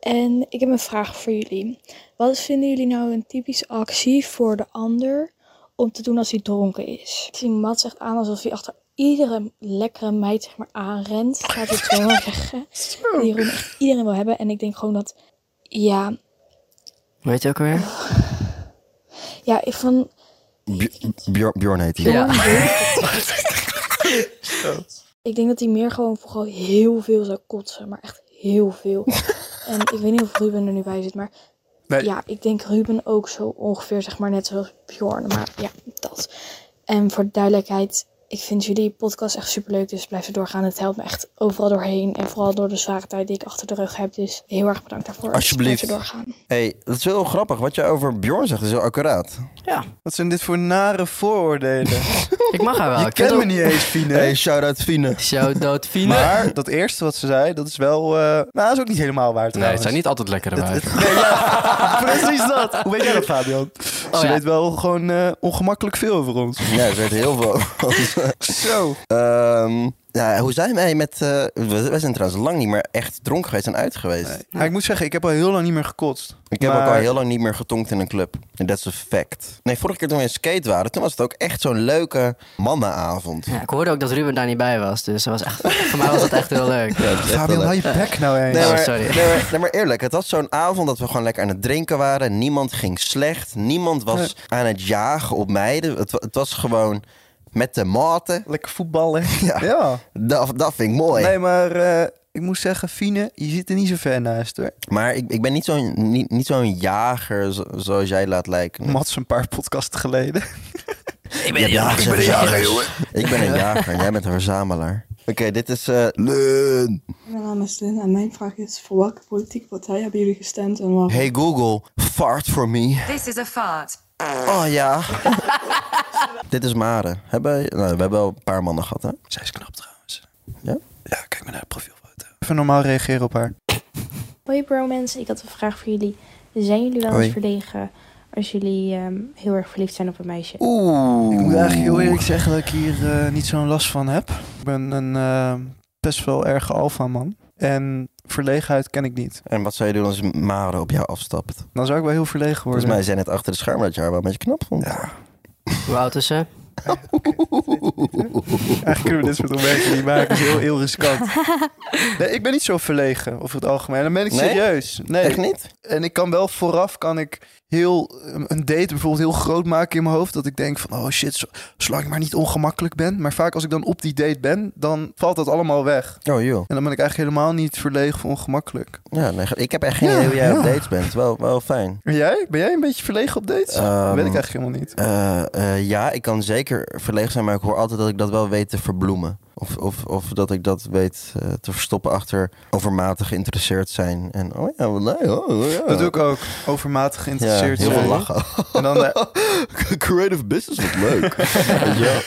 Speaker 10: En ik heb een vraag voor jullie. Wat is- vinden jullie nou een typische actie voor de ander om te doen als hij dronken is? Ik zie Mats echt aan alsof hij achter iedere lekkere meid zeg maar, aanrent. Laat het zo maar zeggen. Die roem echt iedereen wil hebben. En ik denk gewoon dat, ja,
Speaker 9: Weet je ook weer?
Speaker 10: ja ik van...
Speaker 1: Bj- Bjor- Bjorn heet hij.
Speaker 9: Ja.
Speaker 10: Ik denk dat hij meer gewoon vooral heel veel zou kotsen. Maar echt heel veel. en ik weet niet of Ruben er nu bij zit, maar...
Speaker 2: Nee.
Speaker 10: Ja, ik denk Ruben ook zo ongeveer, zeg maar, net zoals Bjorn. Maar ja, dat. En voor de duidelijkheid, ik vind jullie podcast echt superleuk. Dus blijf er doorgaan. Het helpt me echt overal doorheen. En vooral door de zware tijd die ik achter de rug heb. Dus heel erg bedankt daarvoor.
Speaker 1: Alsjeblieft.
Speaker 10: Blijf er doorgaan.
Speaker 1: hey, dat is wel grappig. Wat je over Bjorn zegt is heel accuraat.
Speaker 2: Wat zijn dit voor nare vooroordelen?
Speaker 9: Ik mag haar wel.
Speaker 2: je
Speaker 9: Ik vind
Speaker 2: kent me
Speaker 9: ook-
Speaker 2: niet eens, Fine.
Speaker 1: Hey, shout-out Fine.
Speaker 9: Zo doodfine.
Speaker 2: Maar dat eerste wat ze zei, dat is wel... eh, nou, dat is ook niet helemaal waar
Speaker 7: Nee,
Speaker 2: trouwens.
Speaker 7: het zijn niet altijd lekkere
Speaker 2: Het-
Speaker 7: wijven.
Speaker 2: het- nee, ja, precies dat. Hoe weet jij dat, Fabian?
Speaker 9: Oh,
Speaker 2: ze
Speaker 9: ja.
Speaker 2: weet wel gewoon eh, ongemakkelijk veel over ons.
Speaker 1: Ja, er werd heel veel.
Speaker 2: Zo.
Speaker 1: Ehm, ja, hoe zijn wij met... eh, we we zijn trouwens lang niet meer echt dronken geweest en uit geweest.
Speaker 2: Maar ik moet zeggen, ik heb al heel lang niet meer gekotst.
Speaker 1: Ik heb
Speaker 2: Maar-
Speaker 1: ook al heel lang niet meer getonkt in een club. En dat is een fact. Nee, vorige keer toen we in skate waren, toen was het ook echt zo'n leuke mannenavond.
Speaker 9: Ja, ik hoorde ook dat Ruben daar niet bij was. Dus dat was echt, voor mij was dat echt heel leuk.
Speaker 1: Ja, dat is echt wel
Speaker 2: Fabian,
Speaker 1: leuk.
Speaker 2: hou je bek nou eens.
Speaker 1: Nee,
Speaker 9: Oh,
Speaker 1: maar,
Speaker 9: sorry.
Speaker 1: nee, maar, nee, maar eerlijk, het was zo'n avond dat we gewoon lekker aan het drinken waren. Niemand ging slecht. Niemand was aan het jagen op meiden. Het, wa- het was gewoon met de maten.
Speaker 2: Lekker voetballen.
Speaker 1: <laughs> Ja.
Speaker 2: ja.
Speaker 1: Dat, dat vind ik mooi.
Speaker 2: Nee, maar eh, ik moet zeggen, Fine, je zit er niet zo ver naast hoor.
Speaker 1: Maar ik, ik ben niet zo'n niet, niet zo'n jager zo- zoals jij laat lijken.
Speaker 2: Mats een paar podcasten geleden.
Speaker 1: ik ben, een jager, jongen. Ik
Speaker 2: <laughs>
Speaker 1: ben een jager. Jij bent een verzamelaar. Oké, dit is... eh Lun.
Speaker 11: Mijn naam is Lynn en mijn vraag is: voor welke politieke partij hebben jullie gestemd en waarom?
Speaker 1: Hey Google, fart for me.
Speaker 5: This is a fart.
Speaker 1: Oh ja. <laughs> Dit is Mare. Hebben, nou, we hebben al een paar mannen gehad, hè?
Speaker 2: Zij is knap trouwens.
Speaker 1: Ja?
Speaker 2: Ja, kijk maar naar de profielfoto. Even normaal reageren op haar.
Speaker 8: Hoi bromance, ik had een vraag voor jullie. Zijn jullie wel
Speaker 1: Hoi.
Speaker 8: eens verlegen als jullie ehm, heel erg verliefd zijn op een meisje?
Speaker 1: Oeh.
Speaker 2: Ik moet eigenlijk heel eerlijk zeggen dat ik hier eh, niet zo'n last van heb. Ik ben een eh, best wel erge alfa man. En verlegenheid ken ik niet.
Speaker 1: En wat zou je doen als Mare op jou afstapt?
Speaker 2: Dan zou ik wel heel verlegen worden.
Speaker 1: Volgens mij zei net achter de schermen dat je haar wel een beetje knap vond. Ja.
Speaker 9: Hoe oud is
Speaker 2: <laughs>
Speaker 9: ze?
Speaker 2: Eigenlijk kunnen we dit soort opmerkingen niet maken. Dat is heel, heel
Speaker 9: <laughs>
Speaker 2: riskant. Nee, ik ben niet zo verlegen over het algemeen. Dan ben ik
Speaker 1: Nee?
Speaker 2: serieus. Nee.
Speaker 1: Echt niet?
Speaker 2: En ik kan wel vooraf kan ik heel um, een date bijvoorbeeld heel groot maken in mijn hoofd. Dat ik denk van oh shit, zo- zolang ik maar niet ongemakkelijk ben. Maar vaak als ik dan op die date ben, dan valt dat allemaal weg.
Speaker 1: Oh joh.
Speaker 2: En dan ben ik eigenlijk helemaal niet verlegen of ongemakkelijk.
Speaker 1: Ja, nee, ik heb echt geen
Speaker 2: Ja,
Speaker 1: idee hoe jij op
Speaker 2: ja.
Speaker 1: dates bent. Wel, wel fijn.
Speaker 2: En jij? Ben jij een beetje verlegen op dates?
Speaker 1: Ehm,
Speaker 2: dat weet ik eigenlijk helemaal niet.
Speaker 1: Eh, eh, ja, ik kan zeker verlegen zijn, maar ik hoor altijd dat ik dat wel weet te verbloemen. Of, of, of dat ik dat weet eh, te verstoppen achter overmatig geïnteresseerd zijn. En oh ja, wel nee, oh, oh, ja.
Speaker 2: Dat doe ik ook. Overmatig
Speaker 1: Ja,
Speaker 2: geïnteresseerd.
Speaker 1: heel veel
Speaker 2: zijn.
Speaker 1: lachen.
Speaker 2: En dan, eh,
Speaker 1: <laughs> Creative business, wat
Speaker 2: <laughs>
Speaker 1: leuk. ja.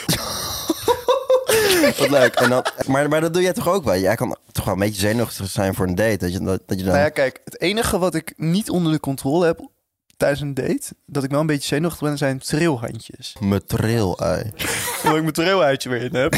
Speaker 1: wat leuk. En dan, maar, maar dat doe jij toch ook wel? Jij kan toch wel een beetje zenuwachtig zijn voor een date. Dat je, dat, dat je dan...
Speaker 2: Nou ja, kijk, het enige wat ik niet onder de controle heb tijdens een date, dat ik wel een beetje zenuwachtig ben, zijn trilhandjes.
Speaker 1: Mijn trail ei.
Speaker 2: Omdat ik mijn trilhuidje weer in <laughs> heb.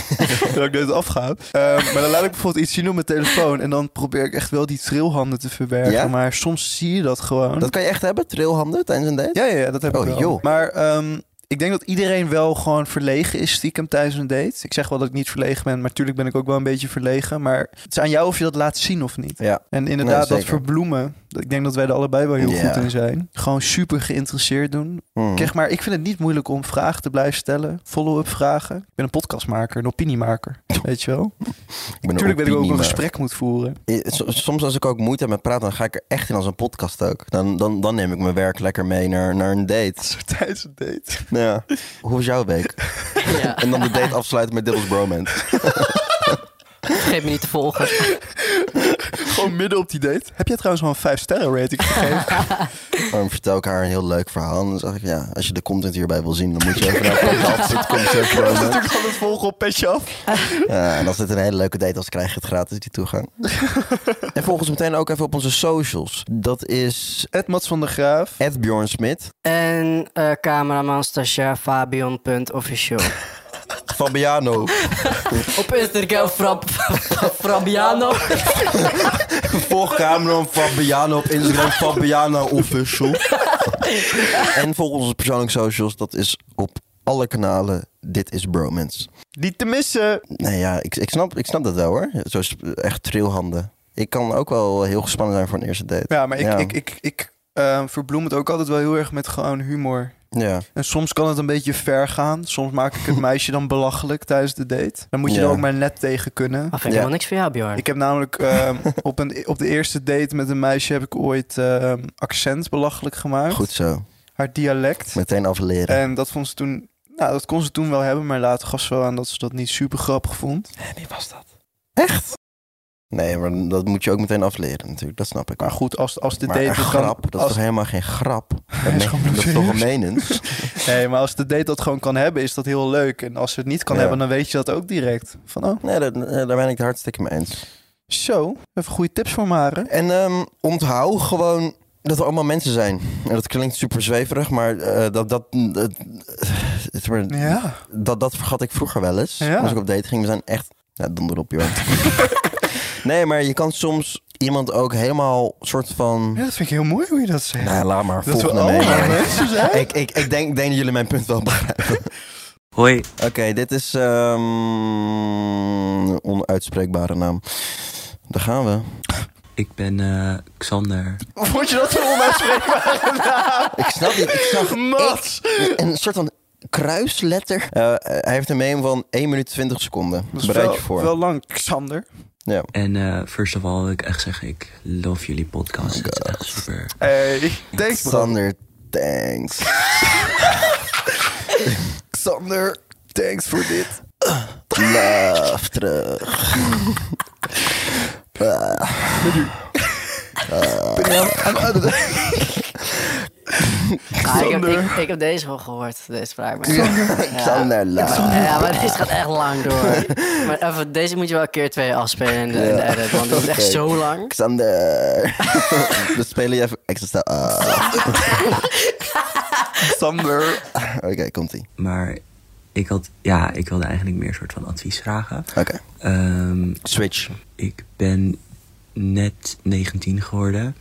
Speaker 2: dat ik dit afga. Ehm, maar dan laat ik bijvoorbeeld iets zien op mijn telefoon. En dan probeer ik echt wel die trilhanden te verbergen.
Speaker 1: Ja?
Speaker 2: Maar soms zie je dat gewoon.
Speaker 1: Dat kan je echt hebben, trailhanden tijdens een date?
Speaker 2: Ja, ja, ja, dat heb
Speaker 1: Oh,
Speaker 2: ik wel.
Speaker 1: joh.
Speaker 2: Maar ehm, Ik denk dat iedereen wel gewoon verlegen is stiekem tijdens een date. Ik zeg wel dat ik niet verlegen ben, maar natuurlijk ben ik ook wel een beetje verlegen. Maar het is aan jou of je dat laat zien of niet.
Speaker 1: Ja.
Speaker 2: En inderdaad,
Speaker 1: Nee,
Speaker 2: dat
Speaker 1: zeker.
Speaker 2: verbloemen, ik denk dat wij er allebei wel heel
Speaker 1: Ja.
Speaker 2: goed in zijn. Gewoon super geïnteresseerd doen.
Speaker 1: Hmm.
Speaker 2: Kijk, maar ik vind het niet moeilijk om vragen te blijven stellen. Follow-up vragen. Ik ben een podcastmaker, een opiniemaker.
Speaker 1: <laughs>
Speaker 2: Weet je wel?
Speaker 1: ben een
Speaker 2: Natuurlijk ben ik ook een
Speaker 1: opiniemaker.
Speaker 2: gesprek moet voeren.
Speaker 1: Eh, so- Soms als ik ook moeite heb met praten, dan ga ik er echt in als een podcast ook. Dan, dan, dan neem ik mijn werk lekker mee naar, naar een date.
Speaker 2: Tijdens een date.
Speaker 1: Ja. Hoe was jouw week?
Speaker 3: Ja,
Speaker 1: <laughs> En dan de date afsluiten met Dibbels Bromance.
Speaker 3: vergeet me niet te volgen.
Speaker 2: <laughs> Gewoon midden op die date. Heb jij trouwens wel een 5 sterren rating gegeven?
Speaker 3: <laughs>
Speaker 1: Dan vertel ik haar een heel leuk verhaal. En dan zeg ik, ja, als je de content hierbij wil zien, dan moet je even naar
Speaker 2: <laughs>
Speaker 1: podcast.com. slash
Speaker 2: dat is
Speaker 1: Bromance.
Speaker 2: natuurlijk van het volgen op Petje Af.
Speaker 1: <laughs> Ja, Eh, en als dit een hele leuke date was, krijg je het gratis, die
Speaker 2: <laughs>
Speaker 1: toegang. en volg ons meteen ook even op onze socials. Dat
Speaker 2: <laughs>
Speaker 1: is
Speaker 2: <laughs> Ed Mats van der Graaf.
Speaker 1: at Bjorn Smit.
Speaker 3: En eh cameraman stagiair <laughs> Fabian.official.
Speaker 1: Fabiano.
Speaker 3: Op Instagram Frab <laughs> Fabiano.
Speaker 1: Volg cameraman Fabiano op Instagram. Fabiano official. en volg onze persoonlijke socials. Dat is op alle kanalen. Dit is Bromance.
Speaker 2: Niet te missen.
Speaker 1: Nee, ja, ik, ik, snap, ik snap dat wel hoor. Zo is echt trilhanden. Ik kan ook wel heel gespannen zijn voor een eerste date.
Speaker 2: Ja, maar ik,
Speaker 1: Ja.
Speaker 2: ik, ik, ik eh, verbloem het ook altijd wel heel erg met gewoon humor.
Speaker 1: Ja.
Speaker 2: En soms kan het een beetje ver gaan. Soms
Speaker 1: <laughs>
Speaker 2: maak ik het meisje dan belachelijk tijdens de date. Dan moet je
Speaker 1: Ja.
Speaker 2: er ook maar net tegen kunnen.
Speaker 3: Af, ik
Speaker 1: Ja.
Speaker 3: helemaal niks van jou, Bjorn.
Speaker 2: Ik heb
Speaker 1: <laughs>
Speaker 2: namelijk eh, op, een, op de eerste date met een meisje heb ik ooit eh, accent belachelijk gemaakt.
Speaker 1: Goed zo.
Speaker 2: Haar dialect.
Speaker 1: Meteen afleren.
Speaker 2: En dat vond ze toen. Nou, dat kon ze toen wel hebben, maar later gaf ze wel aan dat ze dat niet super grappig vond.
Speaker 1: En wie was dat? Echt? Nee, maar dat moet je ook meteen afleren natuurlijk. Dat snap ik.
Speaker 2: Maar goed, als, als de
Speaker 1: Maar
Speaker 2: date
Speaker 1: een
Speaker 2: het
Speaker 1: grap,
Speaker 2: kan,
Speaker 1: dat is
Speaker 2: als,
Speaker 1: toch helemaal geen grap?
Speaker 2: <laughs>
Speaker 1: Dat,
Speaker 2: is
Speaker 1: me-
Speaker 2: gewoon
Speaker 1: dat is toch een
Speaker 2: serieus.
Speaker 1: menens?
Speaker 2: <laughs> nee, maar als de date dat gewoon kan hebben, is dat heel leuk. En als ze het niet kan
Speaker 1: Ja.
Speaker 2: hebben, dan weet je dat ook direct. Van oh,
Speaker 1: Nee, dat- eh, daar ben ik het hartstikke mee eens.
Speaker 2: zo, even goede tips voor Maren.
Speaker 1: En ehm, onthoud gewoon dat er allemaal mensen zijn. En dat klinkt super zweverig, maar eh, dat, dat, dat, het- maar
Speaker 2: Ja.
Speaker 1: dat, dat vergat ik vroeger wel eens.
Speaker 2: Ja.
Speaker 1: Als ik op date ging, we zijn echt... Ja, donder op,
Speaker 2: <laughs>
Speaker 1: joh. nee, maar je kan soms iemand ook helemaal soort van...
Speaker 2: ja, dat vind ik heel mooi hoe je dat zegt.
Speaker 1: Nou, laat maar,
Speaker 2: dat we
Speaker 1: volgende
Speaker 2: allemaal
Speaker 1: mening.
Speaker 2: mensen zijn.
Speaker 1: <laughs> ik, ik, ik denk, ik denk dat jullie mijn punt wel begrijpen. Hoi. Oké, dit is ehm onuitspreekbare naam. Daar gaan we.
Speaker 12: Ik ben eh, Xander.
Speaker 2: Vond je dat een onuitspreekbare naam?
Speaker 1: Ik snap niet. Ik zag
Speaker 2: <laughs> Mats!
Speaker 1: ik- een soort van kruisletter. Eh, hij heeft een meme van 1 minuut 20 seconden.
Speaker 2: Dat is
Speaker 1: Bereid
Speaker 2: wel,
Speaker 1: je voor.
Speaker 2: wel lang, Xander.
Speaker 1: Ja.
Speaker 12: En eh, first of all wil ik echt zeggen, ik love jullie
Speaker 1: Oh
Speaker 12: podcast. Het is echt super.
Speaker 2: Hey, thanks bro.
Speaker 1: Sander, thanks.
Speaker 2: <laughs>
Speaker 1: <laughs>
Speaker 2: Xander, thanks voor dit.
Speaker 1: Ah. Love terug.
Speaker 3: <laughs> Ah, ik, heb, ik,
Speaker 2: Xander.
Speaker 3: ik heb deze wel gehoord, deze vraag. Maar...
Speaker 1: <laughs> Xander, love.
Speaker 3: Ja, maar deze gaat echt lang
Speaker 1: <laughs>
Speaker 3: door. Maar even, deze moet je wel een keer twee afspelen in de, in de edit, want dat is echt
Speaker 1: Oké.
Speaker 3: zo lang.
Speaker 1: Xander. <laughs> dus spelen je even extra snel. Ah.
Speaker 2: Xander.
Speaker 1: Oké, komt-ie.
Speaker 12: Maar ik had, ja, ik wilde eigenlijk meer een soort van advies vragen.
Speaker 1: Oké.
Speaker 12: Ehm,
Speaker 1: Switch.
Speaker 12: ik ben net 19 geworden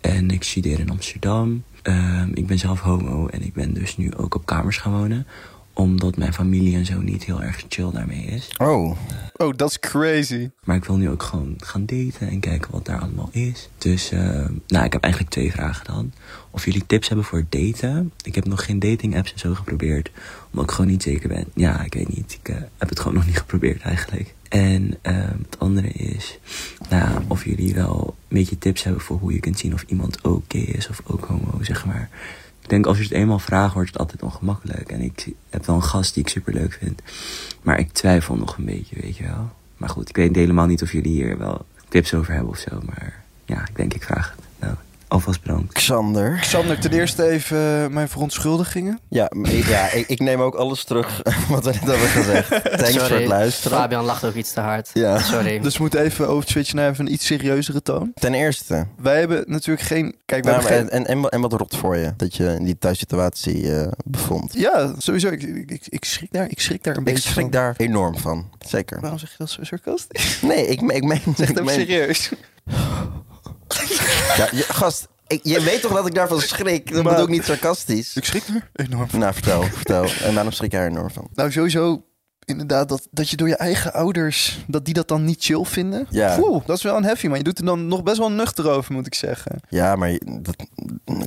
Speaker 12: en ik studeer in Amsterdam. Ehm, ik ben zelf homo en ik ben dus nu ook op kamers gaan wonen. Omdat mijn familie en zo niet heel erg chill daarmee is.
Speaker 1: Oh.
Speaker 2: Oh, dat is crazy.
Speaker 12: Maar ik wil nu ook gewoon gaan daten en kijken wat daar allemaal is. Dus, ehm, nou, ik heb eigenlijk twee vragen dan. Of jullie tips hebben voor daten. Ik heb nog geen dating apps en zo geprobeerd. Omdat ik gewoon niet zeker ben. Ja, ik weet niet. Ik eh, heb het gewoon nog niet <laughs> geprobeerd eigenlijk. En ehm, het andere is, nou, ja, of jullie wel een beetje tips hebben voor hoe je kunt zien of iemand oké is of ook homo, zeg maar. Ik denk als je het eenmaal vraagt, wordt het altijd ongemakkelijk. En ik heb wel een gast die ik super leuk vind. Maar ik twijfel nog een beetje, weet je wel. Maar goed, ik weet helemaal niet of jullie hier wel tips over hebben of zo. Maar ja, ik denk ik vraag het. Nou, alvast bedankt.
Speaker 1: Xander.
Speaker 2: Xander, ten eerste even eh, mijn verontschuldigingen.
Speaker 1: Ja, m- ik- ja ik, ik neem ook alles terug <laughs> wat we net hebben gezegd.
Speaker 3: <laughs>
Speaker 1: Thanks
Speaker 3: Sorry,
Speaker 1: voor het luisteren.
Speaker 3: Fabian lacht ook iets te hard.
Speaker 1: <laughs> Ja.
Speaker 3: Sorry.
Speaker 2: Dus we moeten even overswitchen naar even een iets serieuzere toon.
Speaker 1: Ten eerste.
Speaker 2: Wij hebben natuurlijk geen... Kijk, wij
Speaker 1: Nou,
Speaker 2: hebben geen...
Speaker 1: en, en, en, wat- en wat rot voor je dat je in die thuissituatie eh, bevond.
Speaker 2: Ja, sowieso. Ik, ik, ik- ik schrik daar, ik schrik daar een
Speaker 1: Ik
Speaker 2: beetje
Speaker 1: schrik
Speaker 2: van.
Speaker 1: daar enorm van. Zeker.
Speaker 2: Waarom zeg je dat
Speaker 1: <laughs>
Speaker 2: zo sarcastisch?
Speaker 1: Nee, ik, me- ik meen...
Speaker 2: Zeg
Speaker 1: ik
Speaker 2: dat
Speaker 1: meen-
Speaker 2: serieus.
Speaker 1: Ja, je- gast, Ik- je weet toch dat ik daarvan schrik? Dat
Speaker 2: Maar-
Speaker 1: bedoel ik niet sarcastisch.
Speaker 2: Ik schrik er enorm van.
Speaker 1: Nou, vertel, vertel. En waarom schrik jij er enorm van?
Speaker 2: Nou, sowieso inderdaad dat, dat je door je eigen ouders... dat die dat dan niet chill vinden.
Speaker 1: Ja.
Speaker 2: Oeh, dat is wel een heavy, maar je doet er dan nog best wel nuchter over, moet ik zeggen.
Speaker 1: Ja, maar je- dat,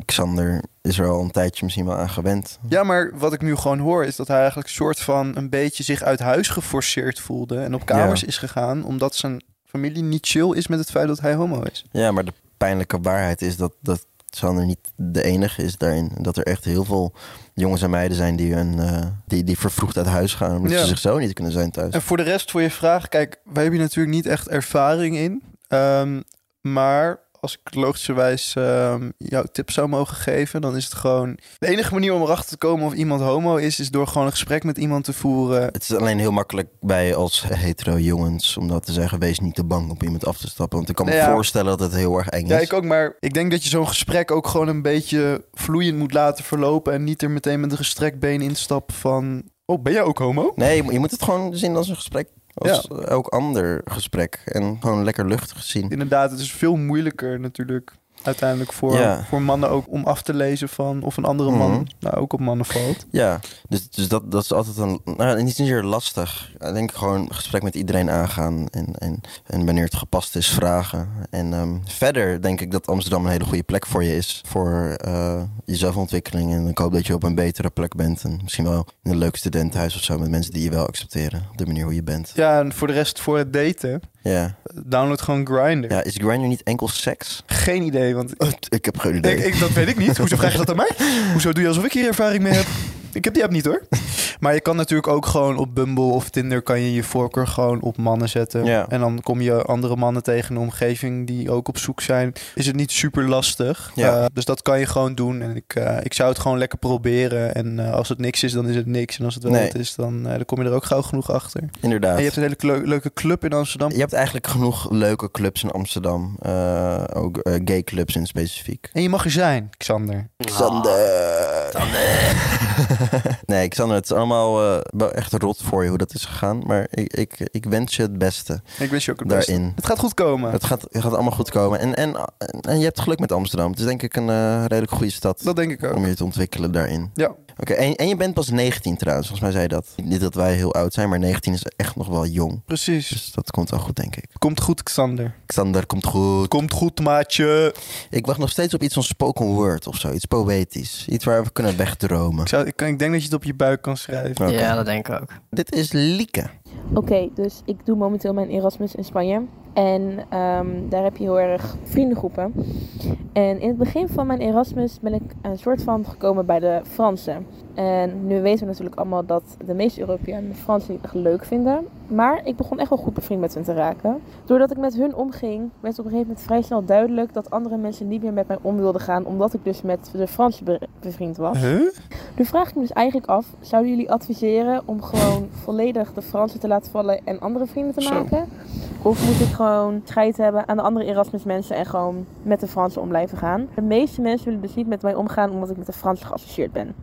Speaker 1: Xander is er al een tijdje misschien wel aan gewend.
Speaker 2: Ja, maar wat ik nu gewoon hoor is dat hij eigenlijk soort van een beetje zich uit huis geforceerd voelde... en op kamers
Speaker 1: Ja.
Speaker 2: is gegaan omdat zijn familie niet chill is met het feit dat hij homo is.
Speaker 1: Ja, maar de pijnlijke waarheid is dat, dat Sander niet de enige is daarin. Dat er echt heel veel jongens en meiden zijn die, een, eh, die, die vervroegd uit huis gaan. Omdat
Speaker 2: Ja.
Speaker 1: ze zich zo niet kunnen zijn thuis.
Speaker 2: En voor de rest, voor je vraag, kijk, wij hebben hier natuurlijk niet echt ervaring in. Ehm, maar als ik logischerwijs ehm, jouw tip zou mogen geven, dan is het gewoon... De enige manier om erachter te komen of iemand homo is, is door gewoon een gesprek met iemand te voeren.
Speaker 1: Het is alleen heel makkelijk bij als hetero jongens om dat te zeggen. Wees niet te bang op iemand af te stappen. Want ik kan me
Speaker 2: Nou ja.
Speaker 1: voorstellen dat het heel erg eng is.
Speaker 2: Ja, ik ook, maar ik denk dat je zo'n gesprek ook gewoon een beetje vloeiend moet laten verlopen... en niet er meteen met een gestrekt been instappen van... Oh, ben jij ook homo?
Speaker 1: Nee, je moet- je moet het gewoon zien als een gesprek. Als elk ander gesprek. En gewoon lekker luchtig zien.
Speaker 2: Inderdaad, het is veel moeilijker natuurlijk uiteindelijk voor,
Speaker 1: Ja.
Speaker 2: voor mannen ook... om af te lezen van of een andere man
Speaker 1: Mhm.
Speaker 2: nou ook op mannen valt.
Speaker 1: Ja, dus, dus dat, dat is altijd een... Nou, niet zozeer lastig. Ik denk gewoon een gesprek met iedereen aangaan. En, en, en wanneer het gepast is, vragen. En ehm, verder denk ik dat Amsterdam een hele goede plek voor je is. Voor eh, je zelfontwikkeling. En ik hoop dat je op een betere plek bent. En misschien wel in een leuk studentenhuis of zo. Met mensen die je wel accepteren. Op de manier hoe je bent.
Speaker 2: Ja, en voor de rest voor het daten...
Speaker 1: Ja.
Speaker 2: Download gewoon Grindr.
Speaker 1: Ja, is Oh, Grindr niet enkel seks?
Speaker 2: Geen idee, want
Speaker 1: Ik heb geen idee.
Speaker 2: ik, ik- dat weet ik niet. Hoezo vraag je dat aan mij? Hoezo doe je alsof ik hier ervaring <laughs> mee heb? Ik heb die app niet hoor. Maar je kan natuurlijk ook gewoon op Bumble of Tinder kan je je voorkeur gewoon op mannen zetten.
Speaker 1: Ja.
Speaker 2: En dan kom je andere mannen tegen een omgeving die ook op zoek zijn. Is het niet super lastig.
Speaker 1: Ja.
Speaker 2: Eh, dus dat kan je gewoon doen. En ik, eh, ik zou het gewoon lekker proberen. En eh, als het niks is, dan is het niks. En als het wel
Speaker 1: Nee.
Speaker 2: wat is, dan, eh, dan kom je er ook gauw genoeg achter.
Speaker 1: Inderdaad.
Speaker 2: En je hebt een hele kleu- leuke club in Amsterdam.
Speaker 1: Je hebt eigenlijk genoeg leuke clubs in Amsterdam. Eh, ook eh, gay clubs in specifiek.
Speaker 2: En je mag er zijn, Ah. Xander.
Speaker 1: Xander. <laughs> nee, Xander, het is allemaal eh, wel echt rot voor je hoe dat is gegaan. Maar ik, ik, ik wens je het beste
Speaker 2: Ik wist je ook het beste.
Speaker 1: daarin.
Speaker 2: Het gaat goed komen.
Speaker 1: Het gaat, het gaat allemaal goed komen. En, en, en je hebt geluk met Amsterdam. Het is denk ik een eh, redelijk goede stad
Speaker 2: Dat denk ik ook.
Speaker 1: om je te ontwikkelen daarin.
Speaker 2: Ja.
Speaker 1: Oké, en, en je bent pas 19 trouwens. Volgens mij zei je dat. Niet dat wij heel oud zijn, maar 19 is echt nog wel jong.
Speaker 2: Precies.
Speaker 1: Dus dat komt wel goed, denk ik.
Speaker 2: Komt goed, Xander.
Speaker 1: Xander komt goed.
Speaker 2: Komt goed, maatje.
Speaker 1: Ik wacht nog steeds op iets van spoken word of zo. Iets poëtisch. Iets waar we kunnen wegdromen.
Speaker 2: Ik, zou, ik, kan- ik denk dat je het op je buik kan schrijven.
Speaker 1: Oké.
Speaker 3: Ja, dat denk ik ook.
Speaker 1: Dit is Lieke.
Speaker 13: Oké, dus ik doe momenteel mijn Erasmus in Spanje. En ehm, daar heb je heel erg vriendengroepen. En in het begin van mijn Erasmus ben ik een soort van gekomen bij de Fransen. En nu weten we natuurlijk allemaal dat de meeste Europeanen de Fransen niet echt leuk vinden. Maar ik begon echt wel goed bevriend met hen te raken. Doordat ik met hun omging, werd op een gegeven moment vrij snel duidelijk dat andere mensen niet meer met mij om wilden gaan. Omdat ik dus met de Fransen be- bevriend was.
Speaker 2: Huh?
Speaker 13: Nu vraag ik me dus eigenlijk af, zouden jullie adviseren om gewoon volledig de Fransen te laten vallen en andere vrienden te
Speaker 2: Zo.
Speaker 13: maken? Of moet ik gewoon scheid hebben aan de andere Erasmus mensen en gewoon met de Fransen om blijven gaan? De meeste mensen willen dus niet met mij omgaan omdat ik met de Fransen geassocieerd ben.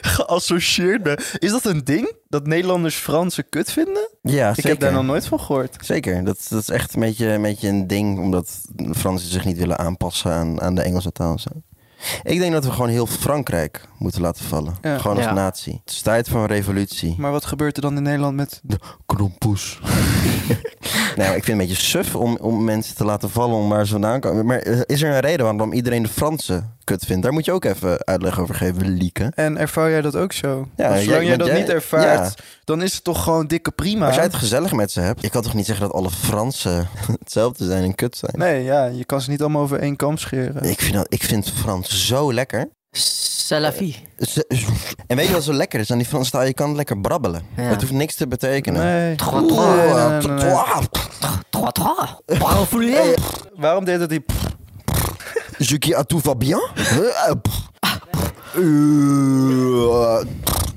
Speaker 2: Geassocieerd ben. Is dat een ding? Dat Nederlanders Franse kut vinden?
Speaker 1: Ja,
Speaker 2: Ik heb daar nog nooit van gehoord.
Speaker 1: Zeker, dat, dat is echt een beetje, een beetje een ding... omdat de Fransen zich niet willen aanpassen aan, aan de Engelse taal. en Zo. Ik denk dat we gewoon heel Frankrijk moeten laten vallen.
Speaker 2: Ja.
Speaker 1: Gewoon als
Speaker 3: Ja.
Speaker 1: natie. Het is tijd van revolutie.
Speaker 2: Maar wat gebeurt er dan in Nederland met... <laughs>
Speaker 1: Krompoes. nou, maar ik vind het een beetje suf om, om mensen te laten vallen... om waar ze vandaan komen. Maar eh, is er een reden waarom iedereen de Fransen kut vindt? Daar moet je ook even uitleg over geven, Lieke.
Speaker 2: En ervaar jij dat ook zo?
Speaker 1: Ja,
Speaker 2: Want
Speaker 1: jij-
Speaker 2: zolang jij
Speaker 1: want
Speaker 2: dat
Speaker 1: jij-
Speaker 2: niet ervaart, dan is het toch gewoon dikke prima?
Speaker 1: Als jij het gezellig met ze hebt, je kan toch niet zeggen dat alle Fransen <laughs> hetzelfde zijn en kut zijn?
Speaker 2: Nee, ja, je kan ze niet allemaal over één kam scheren.
Speaker 1: Ik vind, dat, ik vind Frans zo lekker. Eh,
Speaker 3: Salafi.
Speaker 1: Ze- En weet je wat zo lekker is aan die Frans taal? Je kan lekker brabbelen.
Speaker 3: Ja.
Speaker 1: Het hoeft niks te betekenen.
Speaker 2: Nee.
Speaker 3: Trois,
Speaker 1: Oeh,
Speaker 3: trois.
Speaker 2: nee, nee, nee, nee.
Speaker 1: trois,
Speaker 3: Trois, trois. Trois foulées.
Speaker 2: Waarom deed dat die...
Speaker 1: Je qui a tout va bien? Eh, eh, pff. Eh,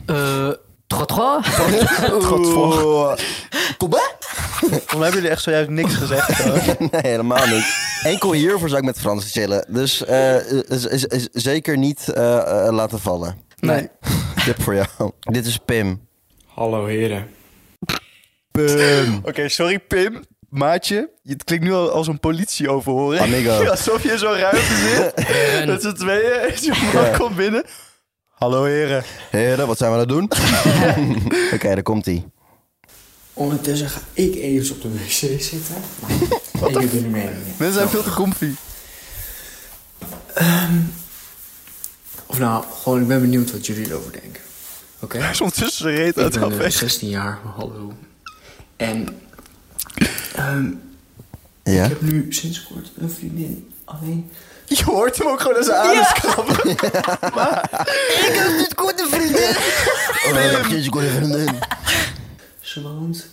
Speaker 3: Eh, Trois,
Speaker 1: <laughs>
Speaker 3: trois.
Speaker 1: eh, Comment?
Speaker 2: Waarom hebben jullie echt zojuist niks gezegd? hoor?
Speaker 1: <laughs> Nee, helemaal niet. Enkel hiervoor zou ik met Frans chillen. Dus eh, is- is- is zeker niet eh, eh, laten vallen.
Speaker 2: nee.
Speaker 1: <laughs> Tip voor jou. Dit is Pim.
Speaker 14: Hallo heren.
Speaker 1: Pim.
Speaker 2: Oké, sorry Pim. maatje, je- het klinkt nu al als een politieoverhoring.
Speaker 1: Amigo.
Speaker 2: <laughs> Alsof je in zo'n ruimte zit. dat z'n tweeën <laughs> en zo'n man komt binnen. Hallo heren.
Speaker 1: Heren, wat zijn we aan het
Speaker 2: <laughs>
Speaker 1: doen? Oké, daar komt hij.
Speaker 14: Ondertussen ga ik even op de wc zitten.
Speaker 2: <laughs>
Speaker 14: ik heb er niet Nou. meer.
Speaker 2: Mensen zijn veel te comfy.
Speaker 14: Ehm, Of nou, gewoon, ik ben benieuwd wat jullie erover denken. Oké?
Speaker 2: Hij is ondertussen zijn reet
Speaker 14: Ik
Speaker 2: uit
Speaker 14: ben
Speaker 2: de
Speaker 14: eh,
Speaker 2: weg.
Speaker 14: 16 jaar, hallo. En ehm,
Speaker 1: Ja?
Speaker 14: ik heb nu sinds kort een vriendin. Alleen.
Speaker 2: Je hoort hem ook gewoon als zijn anus krabben.
Speaker 14: Ik heb dit korte
Speaker 2: <laughs>
Speaker 14: vriendin.
Speaker 1: Oh, dat heb je eens goed even doen.
Speaker 14: eh, Ze woont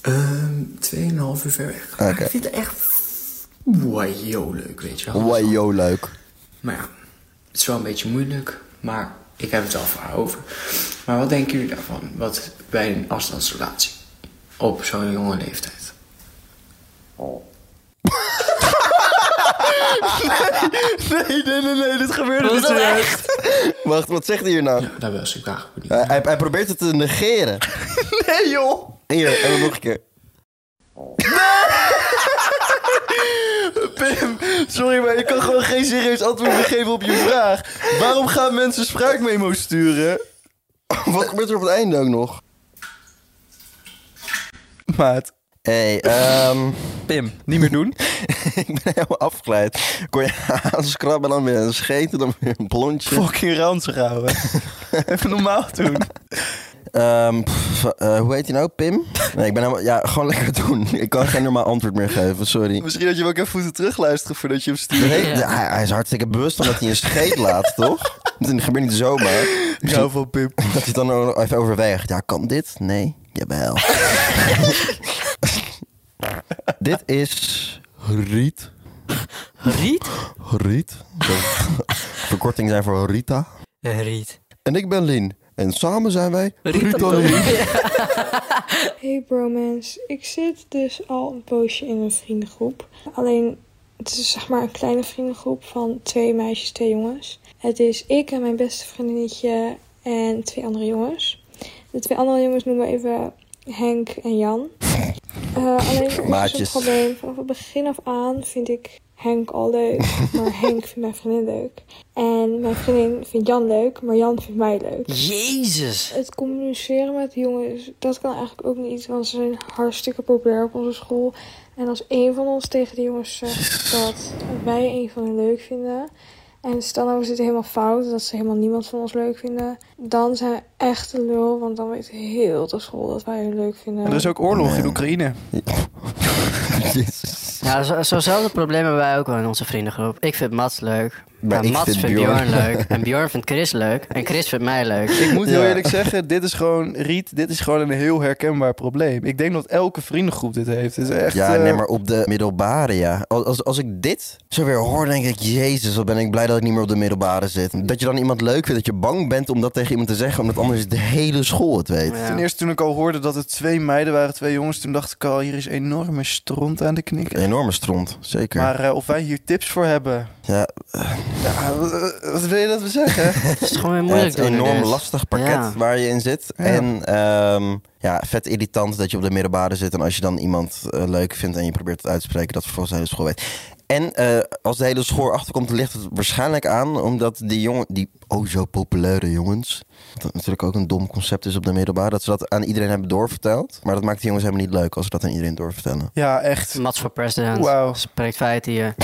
Speaker 14: ehm 2,5 uur ver weg.
Speaker 1: Oké.
Speaker 14: Ik vind het echt wajo leuk, weet je wel.
Speaker 1: Wajo, leuk.
Speaker 14: Maar ja, het is wel een beetje moeilijk. Maar ik heb het wel voor haar over. Maar wat denken jullie daarvan? Wat bij een afstandsrelatie? Op zo'n jonge leeftijd.
Speaker 2: <laughs> Nee, nee, nee, nee, dit gebeurde niet serieus.
Speaker 1: Wacht, wat zegt hij hier nou?
Speaker 14: daar was ik graag
Speaker 1: Hij, hij- hij probeert het te negeren.
Speaker 2: <laughs> Nee, joh.
Speaker 1: Hier, en dan nog een keer.
Speaker 2: <laughs> Pim, sorry, maar ik kan gewoon geen serieus antwoord meer geven op je vraag. Waarom gaan mensen spraakmemo's sturen?
Speaker 1: Wat gebeurt er op het einde ook nog?
Speaker 2: Maat.
Speaker 1: Hey, ehm...
Speaker 2: Pim, niet meer doen.
Speaker 1: <laughs> ik ben helemaal afgeleid. Kon je aanskrabben, dan weer een scheet en dan weer een blondje.
Speaker 2: Fucking ranzig houden. Even normaal doen.
Speaker 1: Ehm, pff, eh, hoe heet hij nou? Pim? Nee, ik ben helemaal... Ja, gewoon lekker doen. Ik kan geen normaal antwoord meer geven, sorry.
Speaker 2: <laughs> Misschien dat je hem ook even moet terugluisteren voordat je hem
Speaker 1: Dat
Speaker 2: stuurt.
Speaker 1: heet- hij, hij is hartstikke bewust van dat hij een scheet <laughs> laat, toch? Dat gebeurt niet zomaar.
Speaker 2: Ik hou van Pim.
Speaker 1: <laughs> Dat hij het dan ook even overweegt. Ja, kan dit? Nee. Jawel. dit is Riet.
Speaker 3: Riet?
Speaker 1: Riet. Dat- Verkorting zijn voor Rita.
Speaker 3: Eh, Riet.
Speaker 1: En ik ben Lin. En samen zijn wij Rita
Speaker 3: Riet.
Speaker 1: Lin.
Speaker 11: Hey bromance, ik zit dus al een poosje in een vriendengroep. Alleen, het is zeg maar een kleine vriendengroep van twee meisjes, twee jongens. Het is ik en mijn beste vriendinnetje en twee andere jongens. De twee andere jongens noemen we even Henk en Jan. Eh, alleen, er is een
Speaker 1: Maatjes.
Speaker 11: probleem. Vanaf het begin af aan vind ik Henk al leuk, maar Henk vindt mijn vriendin leuk. En mijn vriendin vindt Jan leuk, maar Jan vindt mij leuk.
Speaker 3: Jezus.
Speaker 11: Het communiceren met jongens, dat kan eigenlijk ook niet, want ze zijn hartstikke populair op onze school. En als een van ons tegen de jongens zegt dat wij een van hen leuk vinden, en stel nou we zitten helemaal fout, dat ze helemaal niemand van ons leuk vinden, dan zijn we echt een lul, want dan weet heel de school dat wij hun leuk vinden.
Speaker 2: Er is ook oorlog in Oekraïne.
Speaker 1: Jezus.
Speaker 3: Ja, zo- zo'nzelfde probleem hebben wij ook wel in onze vriendengroep. Ik vind Mats leuk.
Speaker 1: Maar
Speaker 3: Maar
Speaker 1: ik
Speaker 3: Mats
Speaker 1: vind
Speaker 3: vindt
Speaker 1: Bjorn-
Speaker 3: Bjorn
Speaker 1: <laughs>
Speaker 3: leuk. En Bjorn vindt Chris leuk. En Chris vindt mij leuk.
Speaker 2: Ik moet heel
Speaker 1: Ja.
Speaker 2: eerlijk zeggen, dit is gewoon, Riet, dit is gewoon een heel herkenbaar probleem. Ik denk dat elke vriendengroep dit heeft. Het is echt,
Speaker 1: ja,
Speaker 2: eh,
Speaker 1: nee, maar op de middelbare, ja. Als, als, als ik dit zo weer hoor, denk ik... Jezus, wat ben ik blij dat ik niet meer op de middelbare zit. Dat je dan iemand leuk vindt, dat je bang bent om dat tegen iemand te zeggen... omdat anders de hele school het weet.
Speaker 2: Ten eerste toen ik al hoorde dat het twee meiden waren, twee jongens, toen dacht ik al, hier is enorme stront aan de knikker.
Speaker 1: Een enorme stront, zeker.
Speaker 2: Maar eh, of wij hier tips voor hebben,
Speaker 1: ja,
Speaker 2: ja, wat, wat wil je dat we zeggen?
Speaker 3: <laughs> Het is gewoon weer
Speaker 1: Ja,
Speaker 3: moeilijk
Speaker 1: het
Speaker 3: doen.
Speaker 1: een enorm
Speaker 3: dus.
Speaker 1: lastig pakket
Speaker 3: Ja.
Speaker 1: waar je in zit.
Speaker 2: Ja.
Speaker 1: En ehm, ja, vet irritant dat je op de middelbare zit. En als je dan iemand eh, leuk vindt en je probeert het uit te spreken, dat vervolgens de hele school weet. En eh, als de hele school achterkomt, ligt het waarschijnlijk aan omdat die jongen, die oh zo populaire jongens, dat natuurlijk ook een dom concept is op de middelbare, dat ze dat aan iedereen hebben doorverteld. Maar dat maakt die jongens helemaal niet leuk als ze dat aan iedereen doorvertellen.
Speaker 2: ja, echt.
Speaker 3: Mats voor president.
Speaker 2: Wauw.
Speaker 3: Spreekt feit
Speaker 1: <laughs>
Speaker 3: hier.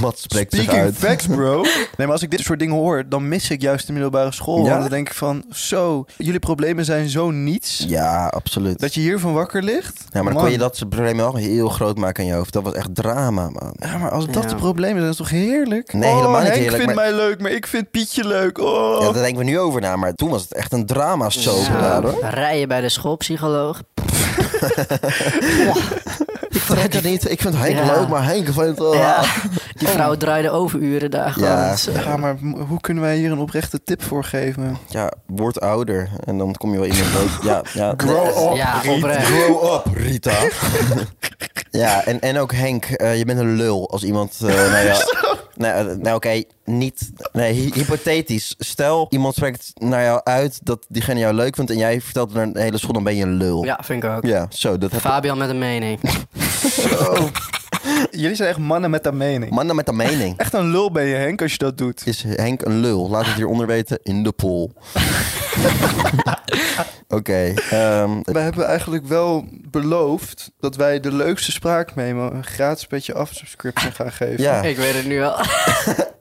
Speaker 1: Wat spreekt zich
Speaker 2: Speaking
Speaker 1: uit?
Speaker 2: facts,
Speaker 1: <laughs>
Speaker 2: bro. Nee, maar als ik dit soort dingen hoor, dan mis ik juist de middelbare school.
Speaker 1: Ja?
Speaker 2: Want dan denk ik van, zo, jullie problemen zijn zo niets.
Speaker 1: Ja, absoluut.
Speaker 2: Dat je hiervan wakker ligt.
Speaker 1: Ja, maar dan
Speaker 2: Man.
Speaker 1: kon je dat soort probleem wel heel groot maken in je hoofd. Dat was echt drama, man.
Speaker 2: Ja, maar als dat
Speaker 3: Ja.
Speaker 2: de problemen zijn, is dat toch heerlijk?
Speaker 1: Nee,
Speaker 2: oh,
Speaker 1: helemaal niet
Speaker 2: Henk
Speaker 1: heerlijk,
Speaker 2: vindt
Speaker 1: maar-
Speaker 2: mij leuk, maar ik vind Pietje leuk. Oh.
Speaker 1: Ja, daar denken we nu over na, maar toen was het echt een drama soap daar, hoor.
Speaker 3: Rijden bij de schoolpsycholoog.
Speaker 1: Ik trek het niet. Ik vind Henk
Speaker 3: Ja.
Speaker 1: leuk, maar Henk vindt het wel...
Speaker 3: Ja.
Speaker 1: Ah.
Speaker 3: <laughs> Die vrouw draaide overuren daar gewoon.
Speaker 1: Ja.
Speaker 3: Dat is, eh,
Speaker 2: Ja, maar m- hoe kunnen wij hier een oprechte tip voor geven?
Speaker 1: Ja, word ouder. En dan kom je wel iemand leuk. Ja, ja.
Speaker 2: Grow up,
Speaker 3: Ja, oprecht.
Speaker 1: Grow up, <laughs>
Speaker 2: <laughs>
Speaker 1: Rita. ja, en, en ook Henk. eh, je bent een lul als iemand... eh, nou ja, Nou, eh, nou oké, niet. Nee, hy- hypothetisch. Stel, iemand spreekt naar jou uit dat diegene jou leuk vindt en jij vertelt het naar de hele school, dan ben je een lul.
Speaker 3: Ja, vind ik ook.
Speaker 1: Ja, zo. Dat heb
Speaker 3: Fabian met een mening.
Speaker 2: Jullie zijn echt mannen met een mening.
Speaker 1: Mannen met een mening.
Speaker 2: Echt een lul ben je, Henk, als je dat doet.
Speaker 1: Is Henk een lul? Laat het hieronder weten in de
Speaker 2: <laughs>
Speaker 1: poll. Oké. ehm,
Speaker 2: We hebben eigenlijk wel beloofd dat wij de leukste spraakmemo een gratis beetje afsubscription gaan geven.
Speaker 1: Ja.
Speaker 3: Ik weet het nu al.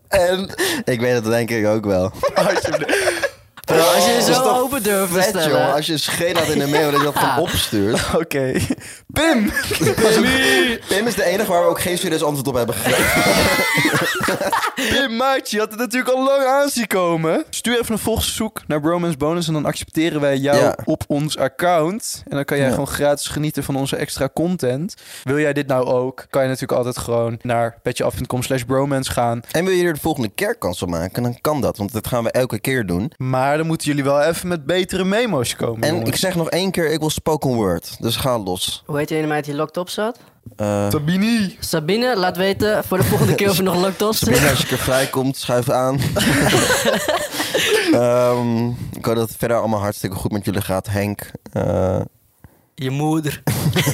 Speaker 1: en ik weet het denk ik ook wel.
Speaker 3: Bro, als je
Speaker 1: Oh,
Speaker 3: zo
Speaker 1: is toch
Speaker 3: open durft te
Speaker 1: vet,
Speaker 3: stellen.
Speaker 1: joh, als je een scheen had in de mail dat je dat
Speaker 3: Ja.
Speaker 1: gewoon <laughs> opstuurt.
Speaker 2: <laughs> Oké. Pim!
Speaker 1: Pim is de enige waar we ook
Speaker 2: <laughs>
Speaker 1: geen serieus dus antwoord op hebben gegeven.
Speaker 2: Pim, maatje, je had het natuurlijk al lang aan zien komen. Stuur even een volgzoek naar Bromance Bonus en dan accepteren wij jou
Speaker 1: Ja.
Speaker 2: op ons account. En dan kan jij
Speaker 1: Ja.
Speaker 2: gewoon gratis genieten van onze extra content. Wil jij dit nou ook, kan je natuurlijk altijd gewoon naar petjeaf.com slash bromance gaan.
Speaker 1: En wil je er de volgende keer kans op maken, dan kan dat. Want dat gaan we elke keer doen.
Speaker 2: Maar dan moeten jullie wel even met betere memo's komen,
Speaker 1: En
Speaker 2: jongens.
Speaker 1: ik zeg nog één keer, ik wil spoken word. Dus ga los.
Speaker 3: Hoe heet die ene meid die locked op zat?
Speaker 1: Eh,
Speaker 2: Tabini!
Speaker 3: Sabine, laat weten voor de volgende keer of je nog locked op zit.
Speaker 1: Sabine, als je er vrij komt, schuif <laughs> aan. Ehm, ik hoop dat het verder allemaal hartstikke goed met jullie gaat, Henk. Eh,
Speaker 3: Je moeder.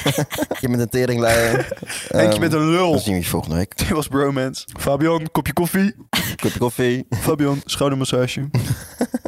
Speaker 1: <laughs> je bent een teringleier.
Speaker 2: Henk, je bent een lul.
Speaker 1: Dat zien ehm, we je volgende week.
Speaker 2: <laughs> Dit was Bromance. Fabian, kopje koffie.
Speaker 1: Kopje koffie.
Speaker 2: Fabian, schoudermassage.